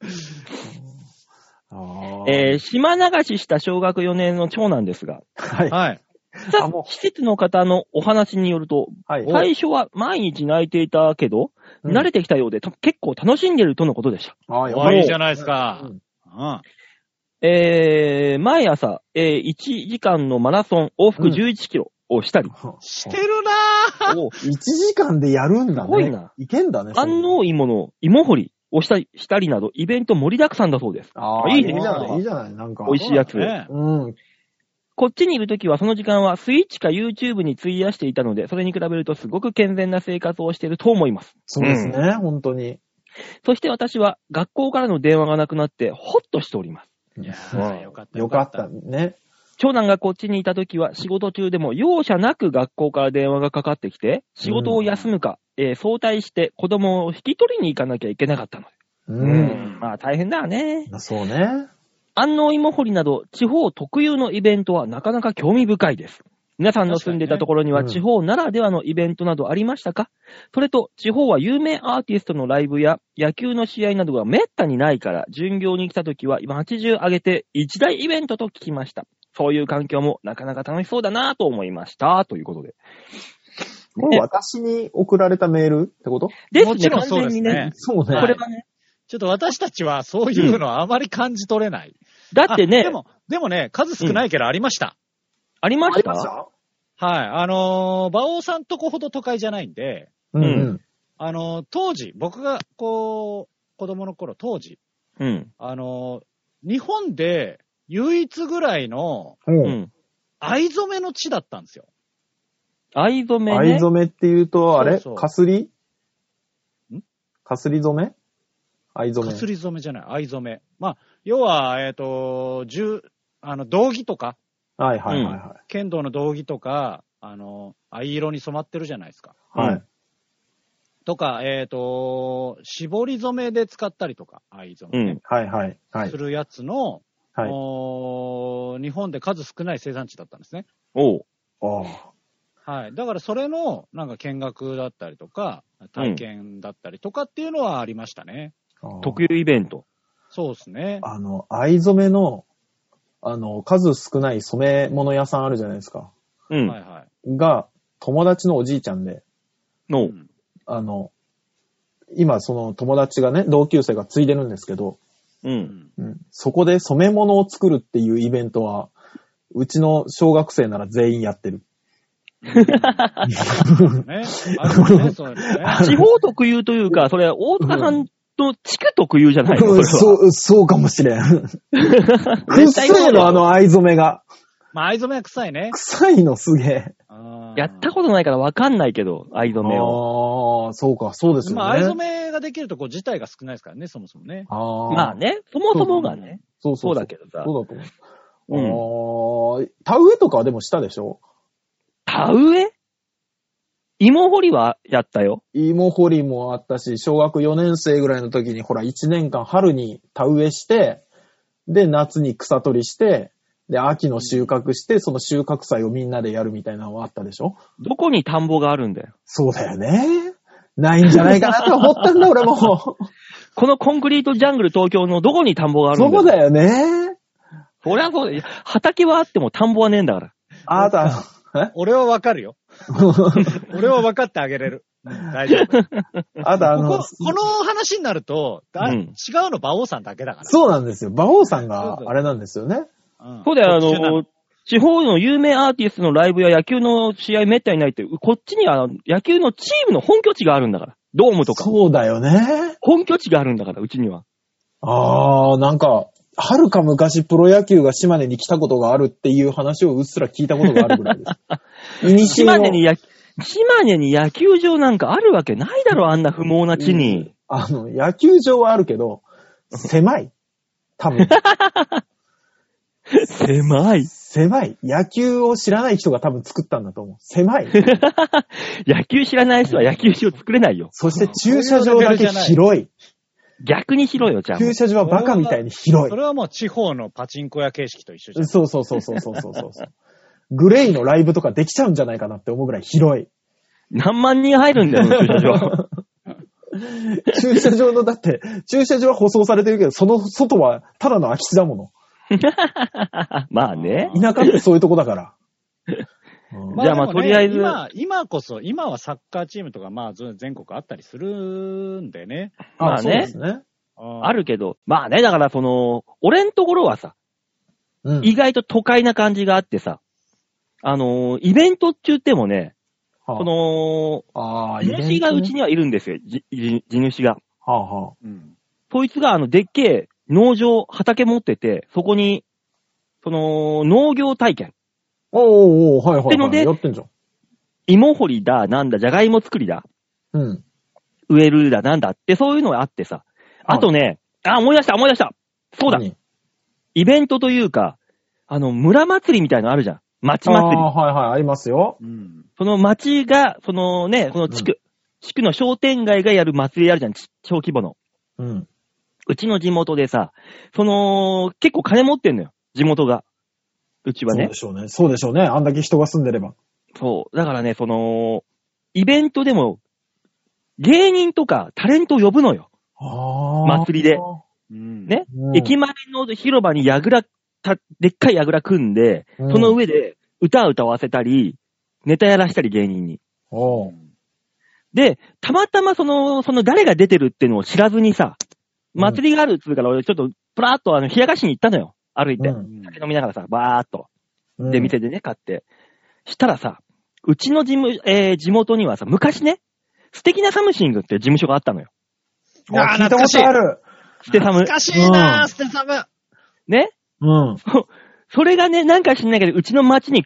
あーえー、島流しした小学4年の長男ですが、はい。はい。さあもう施設の方のお話によると、はい。最初は毎日泣いていたけど、うん慣れてきたようで、た結構楽しんでいるとのことでした。ああ、やおばい。いいじゃないですか。ううんん。えー、毎朝、えー、1時間のマラソン往復うん11キロをしたり、してるなぁ。お1時間でやるんだすね。ごいな。いけんだね。安納芋の芋掘りをしたりしたりなど、イベント盛りだくさんだそうです。ああ、いいいいねじゃない、いいじゃない、なんか。美味しいやつそうだねうん。こっちにいるときはその時間はスイッチか YouTube に費やしていたので、それに比べるとすごく健全な生活をしていると思います。そうですね、本当に。そして私は学校からの電話がなくなって、ほっとしております。いやうんーよかった。よかった。ね。長男がこっちにいたときは仕事中でも容赦なく学校から電話がかかってきて、仕事を休むか、えー早退して子供を引き取りに行かなきゃいけなかったので。う。うんんまあ大変だね。そうね。安納芋掘りなど地方特有のイベントはなかなか興味深いです。皆さんの住んでいたところには確か地に方ならではのイベントなどありましたか、それと地方は有名アーティストのライブや野球の試合などがめったにないから巡業に来た時は今80上げて一大イベントと聞きました。そういう環境もなかなか楽しそうだなと思いました、ということで。これ私に送られたメールってことですね、もちろんそう完です全にねね。そうね。はいこれはね、ちょっと私たちはそういうのはあまり感じ取れない。だってあねで、も、でもね、数少ないけどありました。ありまあしりたましたはい。あのー、馬王さんとこほど都会じゃないんで、うんう。うんあのー、当時、僕が、こう、子供の頃、当時、うん。あのー、日本で唯一ぐらいのううん。ん。藍染めの地だったんですよ。藍染めね。藍染めって言うと、あれそうそうかすりんかすり染め藍染かめ。すり染めじゃない、藍染め。まあ、要は、えっ、と、銃、あの、道着とか、はいはいはいは剣道の道着とか、あの、藍色に染まってるじゃないですか。い。うんはい。とか、えっ、と、絞り染めで使ったりとか、藍染うめ、ん。はいはい。はすい。るやつの、はい。おー日本で数少ない生産地だったんですね。おう。ああ。はい。だからそれの、なんか見学だったりとか、体験だったりとかっていうのはありましたね。ああ特有イベント。そうですね。あの、藍染めの、あの、数少ない染め物屋さんあるじゃないですか。うん。はいはい。が、友達のおじいちゃんで、の、うんあの、今その友達がね、同級生が継いでるんですけど、う。うんんうん、そこで染め物を作るっていうイベントは、うちの小学生なら全員やってる。ね。あるよね、そういうのね。 地方特有というか、それ、大塚さんと地区特有じゃないのそれは。 そう、そうかもし れん。くっ絶対そうせだえの、あの藍染めが。まあ、藍染めは臭いね。臭いのすげえ。やったことないからわかんないけど、藍染めを。ああ、そうか、そうですよね。まあ、藍染めができるとこ自体が少ないですからね、そもそもね。ああ。まあね、そもそもがね、そうそそううだけどさ。そうだとう思う。ああ、田植えとかはでもしたでしょ田植え芋掘りはやったよ。芋掘りもあったし、小学4年生ぐらいの時に、ほら、1年間春に田植えして、で、夏に草取りして、で、秋の収穫して、その収穫祭をみんなでやるみたいなのはあったでしょどこに田んぼがあるんだよ。そうだよね。ないんじゃないかなと思ったんだ、俺 も。このコンクリートジャングル東京のどこに田んぼがあるんだそよ。うだよね。そりゃそうだよ。畑はあっても田んぼはねえんだから。あなた、え俺はわかるよ。 俺は分かってあげれる。うん大丈 夫。こあなた、あの、ここの話になると、だうん違うの馬王さんだけだかそうなんですよ。馬王さんそうがそうあれなんですよね。ら。うんそうだよ、あ特殊なの、地方の有名アーティストのライブや野球の試合めったにないって、こっちには野球のチームの本拠地があるんだから。ドームとか。そうだよね。本拠地があるんだから、うちには。あー、なんか、はるか昔プロ野球が島根に来たことがあるっていう話をうっすら聞いたことがあるぐらい です。いにしえの島根に野、島根に野球場なんかあるわけないだろ、あんな不毛な地に。あの、野球場はあるけど、狭い。多 分、狭い。狭い。野球を知らない人が多分作ったんだと思う。狭い。野球知らない人は野球場作れないよ。そして駐車場だけ広い。逆にしろよ、じゃあ。駐車場はバカみたいに広そい。れはもう地方のパチンコ屋形式と一緒じゃん。そうそうそうそうそうそうそう。グレイのライブとかできちゃうんじゃないかなって思うぐらい広い。何万人入るんだ よ、駐車場。駐車場の、だって、駐車場は舗装されてるけど、その外はただの空き地だもの。 まあね。田舎ってそういうとこだから。うんじゃあまあでもねとりあえず今、今こそ、今はサッカーチームとか、まあ、ず全国あったりするんでね。まあねそうですね。ああるけど。まあね、だからその、俺んところはさ、うん。意外と都会な感じがあってさ、あのーイベント中ってもね、はあこの、ああ、イ地ベントね主がうちにはいるんですよ、じじ地主が。はあはうん。こいつがあの、でっけえ農場、畑持ってて、そこに、その、農業体験。あ。おーおーはいはない、のはでい。やってんじゃん。芋掘りだ、なんだ、じゃがいも作りだ、うん。植えるだ、なんだって、そういうのがあってさ。あとね、あ、思い出した、思い出した。そうだ、何イベントというか、あの、村祭りみたいのあるじゃん。町あ祭り。あ、はいはい、ありますよ。うん。その町が、そのね、その地区、地区の商店街がやる祭りあるじゃん、ち小規模の。うん。うちの地元でさ、その、結構金持ってんのよ、地元が。うちはそうねで。しょうね。そうでしょうね。あんだけ人が住んでれば。そう。だからね、その、イベントでも、芸人とかタレントを呼ぶのよ。ああ。祭りでうんねうん駅前の広場に櫓た、でっかいあぐら組んで、そその上で歌歌わせたり、ネタやらしたり芸人に。おうで、たまたまその、その誰が出てるっていうのを知らずにさ、うん祭りがあるっつうから俺ちょっと、プラーっとあの、冷やかしに行ったのよ。歩いて。うん酒飲みながらさ、バーっと。うんで、店でね、買って。したらさ、うちの事務、えー地元にはさ、昔ね、素敵なサムシングっていう事務所があったのよ。ああ、ー聞いた懐こかしいとある。ステサム懐。かしいなうぁ、ステサム。ねうん。それがね、なんか知んないけど、うちの町に、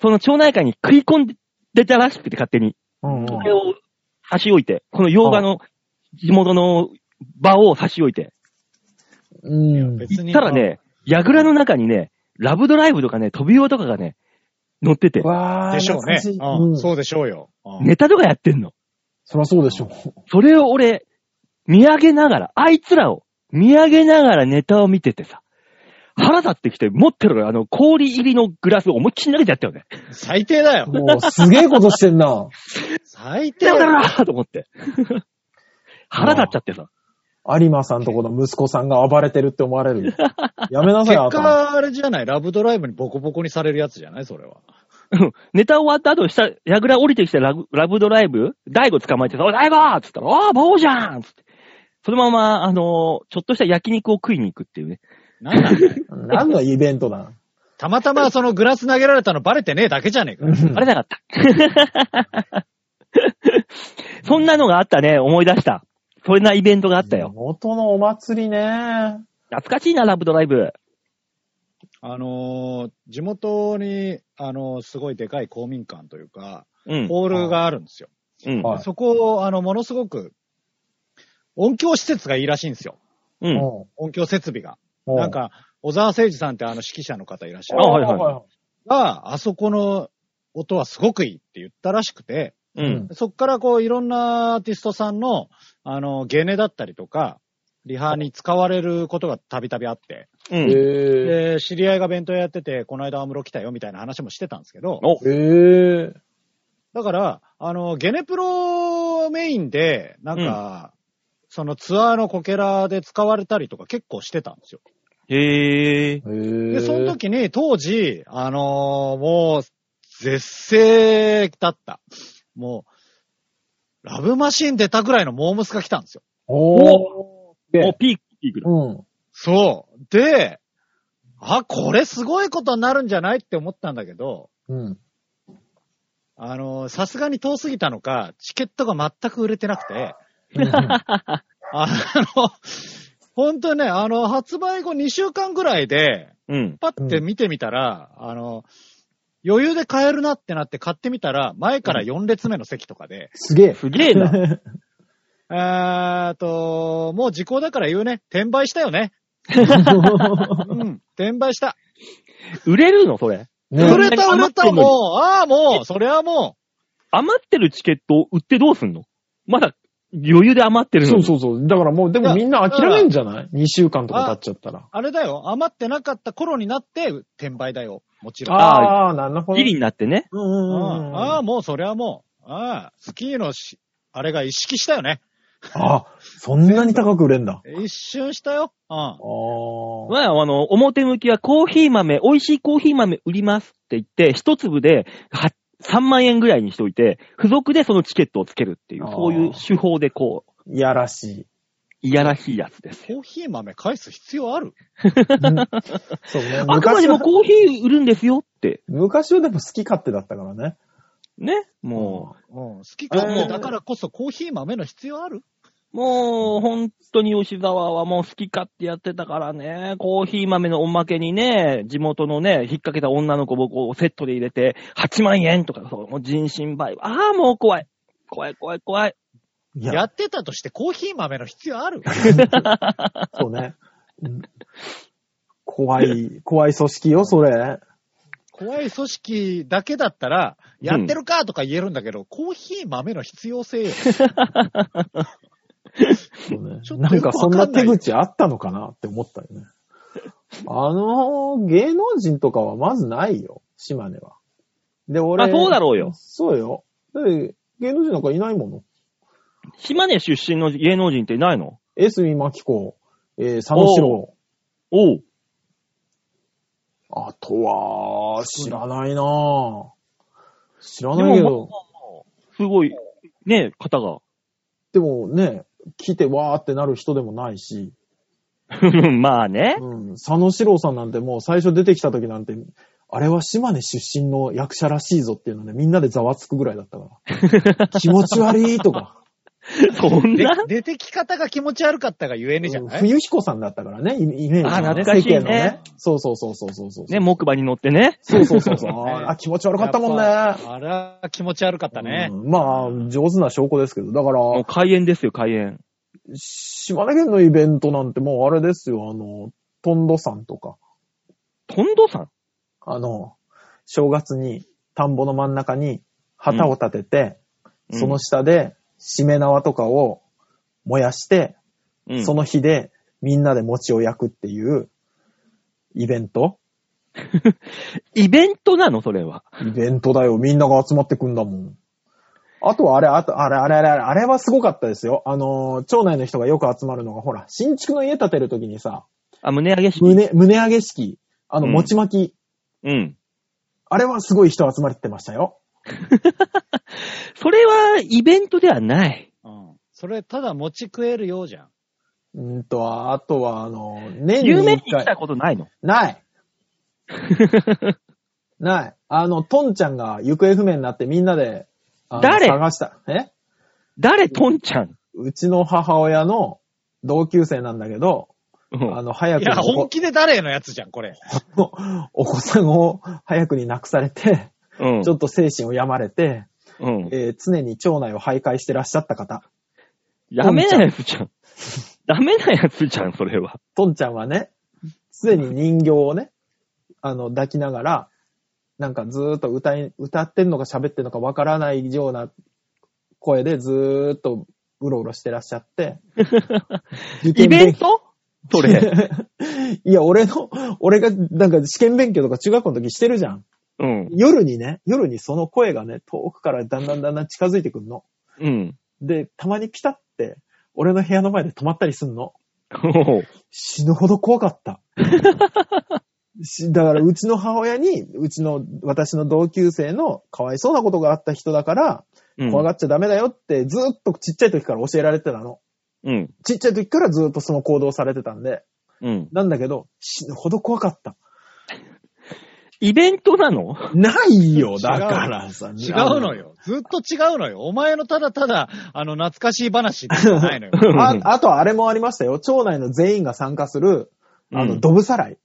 その町内会に食い込んでたらしくて、勝手に。うんこれを差し置いて、この洋画の地元の場を差し置いて、うん。うん。別行ったらね、櫓の中にね、ラブドライブとかね、飛び用とかがね、乗ってて、わー、でしょう懐ねかしい。ううんん。そうでしょうよ。うんネタとかやってんの。そりゃそうでしょう。それを俺、見上げながら、あいつらを見上げながらネタを見ててさ、腹立ってきて持ってるあの氷入りのグラスを思いっきり投げてやったよね。最低だよ。もう、すげえことしてんな。 最低だだかよ。らと思って。腹立っちゃってさ。有馬さんとこの息子さんが暴れてるって思わ れる。やめなさ結い、頭。果、あれじゃない、ラブドライブにボコボコにされるやつじゃないそれは。うんネタ終わった後、下、やぐら降りてきてラブラブドライブ、大悟捕まえてさ、おい、大悟っつったら、ああ、バオじゃんっつって。そのまま、あのーちょっとした焼肉を食いに行くっていうね。なんなんだ よ何のイベン トだ。たまたまそのグラス投げられたのバレてねえだけじゃねえか。バレなかった。 そんなのがあったね、思い出した。そんなイベントがあったよ。元のお祭りね。懐かしいな、ラブドライブ。あのー地元に、あのーすごいでかい公民館というか、うん。ホールがあるんですよ。うん。はいそこを、あの、ものすごく、音響施設がいいらしいんですよ。うん。う音響設備が。うなん、か、小沢誠二さんってあの指揮者の方いらっしゃあるはいはが、あそこの音はすごくいいって言ったらしくて、ううんん。そっからこういろんなアーティストさんの、あの、ゲネだったりとか、リハに使われることがたびたびあって、うい。ん。へで、知り合いが弁当屋やってて、この間アムロ来たよみたいな話もしてたんですけど、おぇ、ー。へぇ、だから、あの、ゲネプロメインで、なんか、そのツアーのこけらで使われたりとか結構してたんですよ。へー。へぇで、その、時に当時、あのーもう、絶世だった。もう、ラブマシン出たぐらいのモームスが来たんですよ。おー。お、で、ピーク、ピークだ。うん。そう。で、あ、これすごいことになるんじゃないって思ったんだけど、うん。あのーさすがに遠すぎたのか、チケットが全く売れてなくて、あの、本当にね、あの、発売後2週間ぐらいで、うん。パッて見てみたら、あの、余裕で買えるなってなって買ってみたら、前から4列目の席とかで、す げえ。すげえな。えーっと、もう時効だから言うね。転売したよね。うん。転売した。売れるのそれ。ね売れた売れた、余ってんのにもう。ああ、もう、それはも余ってるチケットを売ってどうすんのまだ余裕で余ってるのそうに。そうそう。だからもう、でもみんな諦めんじゃない ?2 週間とか経っちゃったらう、。あれだよ。余ってなかった頃になって、転売だよ。もちろん。あああー、なるほど。ギリになってね。うんうんうんうん。ああ、もう、それはもう。ああ、スキーのし、あれが意識したよね。あ、そんなに高く売れんだ。一瞬したよ。うんあ。ー。まあ、あの、表向きはコーヒー豆、美味しいコーヒー豆売りますって言って、一粒では3万円ぐらいにしておいて、付属でそのチケットをつけるっていうあ、ーそういう手法でこう、いやらしい。いやらしいやつです。コーヒー豆返す必要あるそうね。あくま昔でもは、コーヒー売るんですよって、昔はでも好き勝手だったからね。ね。もうん、好き勝あ手ーだからこそコーヒー豆の必要あるう、もう、本当に吉沢はもう好き勝手やってたからね、コーヒー豆のおまけにね、地元のね、引っ掛けた女の子をこうセットで入れて、8万円とか、そうもう人身売買。ああ、もう怖い。怖い怖い怖い。いや、ってたとしてコーヒー豆の必要あるそうね。うん怖い、怖い組織よ、それ。怖い組織だけだったら、やってるかとか言えるんだけど、コーヒー豆の必要性よ。そうねちょっとなんかそんよなくわか手んない口あったのかなって思ったよね。あのー、芸能人とかはまずないよ、島根は。で、俺。あそうだろうよそうよ。だって芸能人なんかいないもの。島根出身の芸能人っていないの江住真紀子、えー佐野史郎、おう。あとは、知らないなぁ。知らでないけも、どま。あすごい、ね、方が。 でもね、来てわーってなる人でもないし、まあね。うん、佐野史郎さんなんてもう最初出てきた時なんて、あれは島根出身の役者らしいぞっていうのでみんなでざわつくぐらいだったから。気持ち悪いとか。そんでな出てき方が気持ち悪かったがゆえうにじゃん ない、冬彦さんだったからね、イイメージは、あ懐かしいね世間のね。そうそうそうそうそうそう。ね、木馬に乗ってね。そうそうそうそう。あー気持ち悪かったもんね。やっぱあら、気持ち悪かったね。うんまあ、上手な証拠ですけど。だから、もう開演ですよ、開演。島根県のイベントなんてもうあれですよ、あの、トンドさんとか。トンドさんあの、正月に田んぼの真ん中に旗を立てて、うんその下でしめ縄とかを燃やして、うん。その火でみんなで餅を焼くっていうイベントイベントなの、それは。イベントだよ。みんなが集まってくんだもん。あとはあれ、あと、あれ、あれ、あれ、あれ、あれはすごかったですよ。あのー町内の人がよく集まるのが、ほら、新築の家建てるときにさ、あ、胸上げ式。胸、胸上げ式、あの、うん餅巻き、うん。あれはすごい人集まってましたよ。それはイベントではない。うん。それ、ただ持ち食えるようじゃん。うんと、あとは、あの、年有名にに一来た回。こと ないの。ない。ない。あの、トンちゃんが行方不明になってみんなで、あの誰探した。え誰、トンちゃん。うちの母親の同級生なんだけど、うんあの、早いくや、お本子気で誰のやつじゃん、これ。お子 さんを早くに亡くされて、うん。ちょっと精神を病まれて、うん。えー常に町内を徘徊してらっしゃった方。ダメなやつじゃん。ダメなやつじゃん、それは。トンちゃんはね、常に人形をね、あの、抱きながら、なんかずーっと歌い、歌ってんのか喋ってんのかわからないような声でずーっとうろうろしてらっしゃって。 イベントトそれ。 いや、俺の、俺がなんか試験勉強とか中学校の時してるじゃん。うん。夜にね、夜にその声がね、遠くからだんだんだんだん近づいてくんの。うん。で、たまにピタって、俺の部屋の前で止まったりすんの。おう死ぬほど怖かった。 しだから、うちの母親に、うちの、私の同級生のかわいそうなことがあった人だから、うん。怖がっちゃダメだよって、ずーっとちっちゃい時から教えられてたの。うん。ちっちゃい時からずーっとその行動されてたんで、うん。なんだけど、死ぬほど怖かった。イベントなのないよ、違うだからさ。違うのよ。ずっと違うのよ。お前のただただ、あの、懐かしい話じゃないのよ。あの。ああと、あれもありましたよ。町内の全員が参加する、あうの、んドブさらい。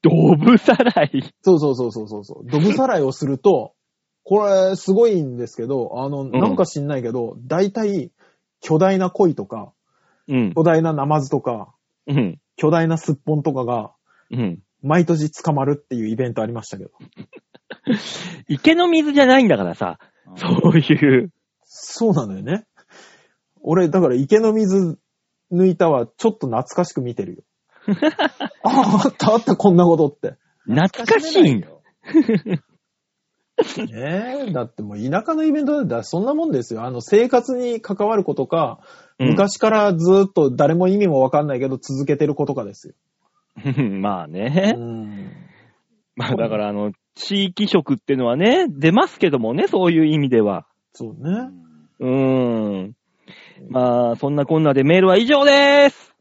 ドブさらい。そうそうそうそうそうそう。ドブさらいをすると、これ、すごいんですけど、あの、んなんか知んないけど、大体、巨大な鯉とか、うん。巨大なナマズとか、うん。巨大なすっぽんとかが、うん。毎年捕まるっていうイベントありましたけど。池の水じゃないんだからさ、うん そういう。そうなのよね。俺、だから池の水抜いたは、ちょっと懐かしく見てるよ。ああ、あったあった、こんなことって。懐かしいんだ。ねえ、だってもう田舎のイベントだってそんなもんですよ。あの、生活に関わることか、うん昔からずーっと誰も意味もわかんないけど続けてることかですよ。まあうね。ん。 まあだからあの、地域色ってのはね、出ますけどもね、そういう意味では。そううね。んうーん。まあ、そんなこんなでメールは以上でーす。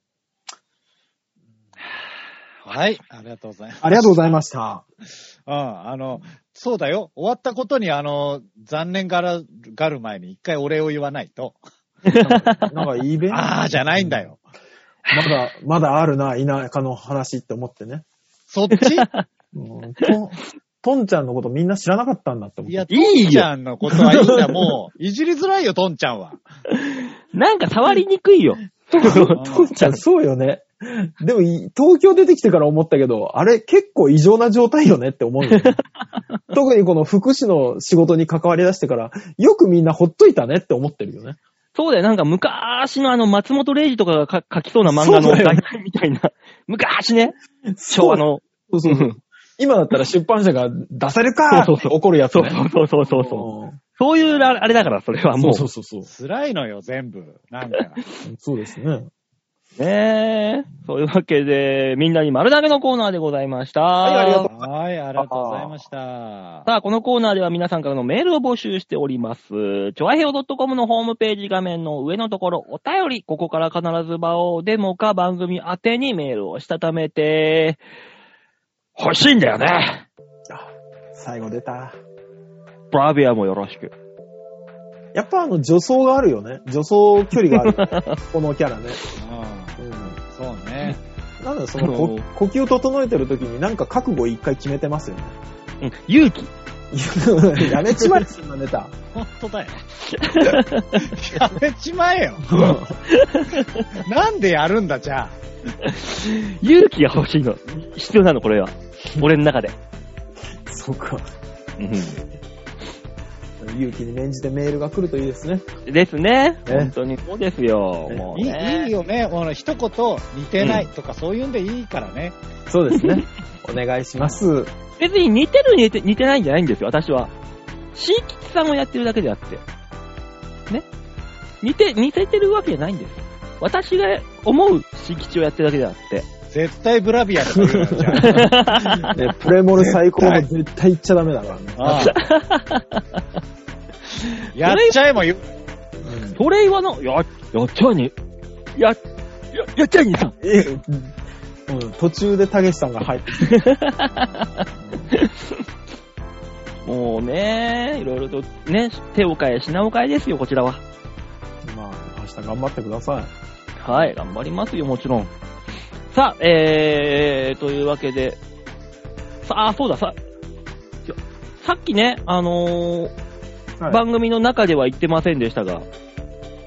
はい。ありがとうございます。ありがとうございました。うん、あの、そうだよ。終わったことに、あの、残念がら、がる前に一回お礼を言わないと。なんかイベント、まああ、じゃないんだよ。だ、まだあるな、田舎の話って思ってね。そっちうんと、とんちゃんのことみんな知らなかったんだって思っいて。や、トンちゃんのことはいいんだ。もう、いじりづらいよ、トンちゃんは。なんか触りにくいよ。とんちゃんそうよね。でもい、東京出てきてから思ったけど、あれ結構異常な状態よねって思うよ ね。特にこの福祉の仕事に関わり出してから、よくみんなほっといたねって思ってるよね。 そうだよ、なんか昔のあの松本零士とかがか書きそうな漫画のそうだよ題材みたいな。昔ね、昭和の。そうそうそう。今だったら出版社が出せるかそうってそうそう怒るやつそうね。そうそうそうそう。そういうらあれだから、それはうんそもう。うそうそうそう。辛いのよ、全部。なんか。そうですね。ねえ。そういうわけで、みんなに丸投げのコーナーでございました。いありがとうはい、ありがとうございました。さあ、このコーナーでは皆さんからのメールを募集しております。ちょあへお .com のホームページ画面の上のところ、お便り、ここから必ず場をデモか番組宛てにメールをしたためて、欲しいんだよね。最後出た。ブラビアもよろしく。やっぱあの、女装があるよね。女装距離があ る。このキャラね。ううん。ん、そうね。なんだそのこあの呼吸を整えてる時になんか覚悟一回決めてますよね。うん、勇気。 やめちまえ、そんなネタ。本当だよ。やめちまえよ。なんでやるんだ、じゃあ。勇気が欲しいの。必要なの、これは。俺の中で。そうか。うん勇気に免じてメールが来るといいですね。ですね。ね本当にそうですよ。ねもういいねいいよね。この一言、似てないとか、そういうんでいいからね。そうですね。 お願いします。別に似てる似て似てないんじゃないんですよ、私は。シーキさんをやってるだけであって。ね似て、似せてるわけじゃないんです。私が思うシーキをやってるだけであ って。絶対ブラビアとか言うからじゃね、 プレモル最 高の絶対言っちゃダメだから ね。あ。ああやっちゃえば言う。うんそれはの、や、やっちゃいに、や、や、やっちゃいにさん。えうん、途中でたけしさんが入ってきて もうね、いろいろとね、手を変え、品を変えですよ、こちらは。まあ、明日頑張ってください。はい、頑張りますよ、もちろん。さあ、えー、というわけで、さあ、そうだ、さ、いやさっきね、あのーはい、番組の中では言ってませんでしたが、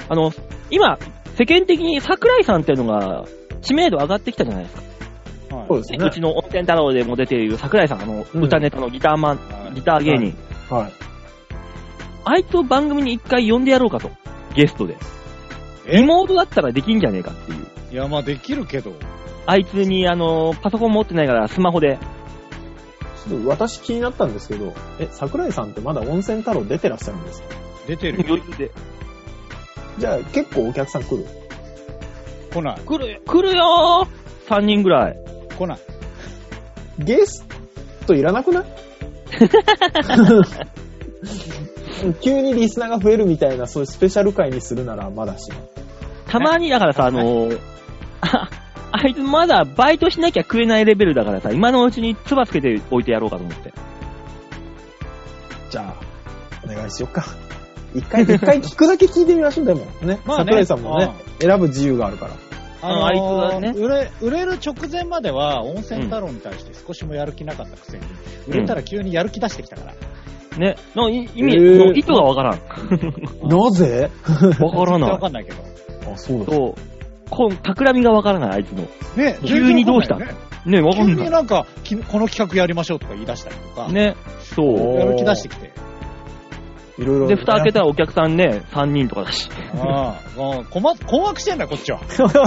あの、今、世間的に桜井さんっていうのが、知名度上がってきたじゃないですか。そうですうねち。の温泉太郎でも出ている桜井さん、あの、うん歌ネタのギターマン、はいギター芸人。はい。あいつを番組に一回呼んでやろうかと。ゲストで。えリモートだったらできんじゃねえかっていう。いや、まあできるけど。あいつに、あの、パソコン持ってないからスマホ で。ちょっと私気になったんですけど、え、桜井さんってまだ温泉太郎出てらっしゃるんですか出てるよ。余裕で。じゃあ結構お客さん来る来ない。来るよ、来るよー !3 人ぐらい。来ない。ゲストいらなく ない急にリスナーが増えるみたいな、そういうスペシャル回にするならまだしも。たまにだからさ、あのーあ、あいつまだバイトしなきゃ食えないレベルだからさ、今のうちに唾つけておいてやろうかと思って。じゃあ、お願いしよっか。一 回、一回聞くだけ聞いてみましょう、でも。ね。まあね桜井さんもね、選ぶ自由があるから。あのーあいつはね売れ、売れる直前までは、温泉太郎に対して少しもやる気なかったくせに、売れたら急にやる気出してきたから。ね。のい意味、えーの意図がわ からん。なぜわからわなかんないけど。あ、そうい。。そう。こん、企みがわからない、あいつの。ね、急にどうした全然ね、わわかかんないよねん急なになんか、きこの企画やりましょうとか言い出したりとか、い。ね。そう。やる気出してきて。いろいろ。で、蓋開けたらお客さんね、3人とかだし。ああ、もう困困惑してんだよ、こっちは。そうど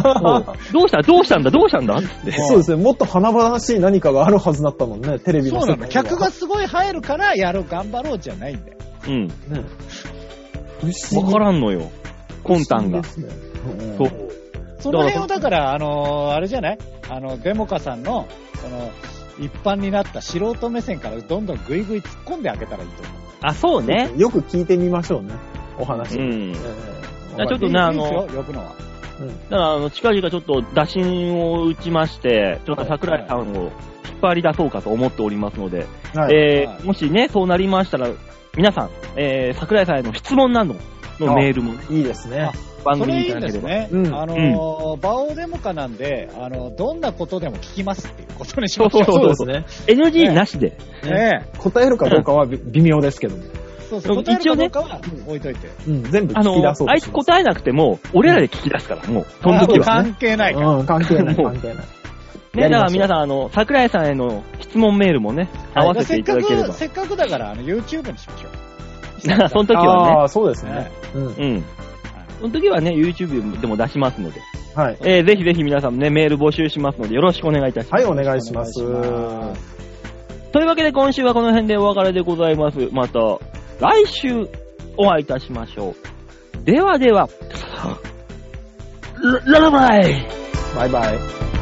うしたどうしたんだどうしたんだ そうですね。もっと華々しい何かがあるはずだったもんね、テレビのそう世界なにはの。客がすごい入るから、やろう、頑張ろうじゃないんだよ。うん。ね。不思わ議からんのよ。魂胆が不。思議ですねそう。その辺をだから、あのーあれじゃないあの、デモカさんの、その、一般になった素人目線からどんどんぐいぐい突っ込んであげたらいいと思う。あ、そうね。よく聞いてみましょうね、お話。うえん。えあちょっとねいいあいいのですよ、呼ぶのは。だから、あの、近々ちょっと打診を打ちまして、ちょっと桜井さんを引っ張り出そうかと思っておりますので、はいえはいー、もしね、そうなりましたら、皆さん、えー、桜井さんへの質問などのメールもね、いいですねあ。番そ組れにいいいたんだでけすれば。ね。うんあのーバオデモカなんで、あの、どんなことでも聞きますっていうことにしましょう。そうそうそうね。 NG なしで。ね答えるかどうかはび微妙ですけども。そうそう。答えるかどうかは置いといて。うん、全部あ聞きの出そう、あといしつます答えなくても、俺らで聞き出すから、もう、そのあ時もうは。関係ないから。うん、関係ない、もう関係ない。ね、だから皆さん、あの、桜井さんへの質問メールもね、合わせていただければ。せっかく、せっかくだから、あの、YouTube にしましょう。 その時はね、ああ、そうですねね。うん。うん。その時はね、YouTube でも出しますので、はい。えー、ぜひぜひ皆さんね、メール募集しますので、よろしくお願いいたします。はい、お願いします。お願いしますというわけで今週はこの辺でお別れでございます。また来週お会いいたしましょう。ではでは、ララバイバイバイ。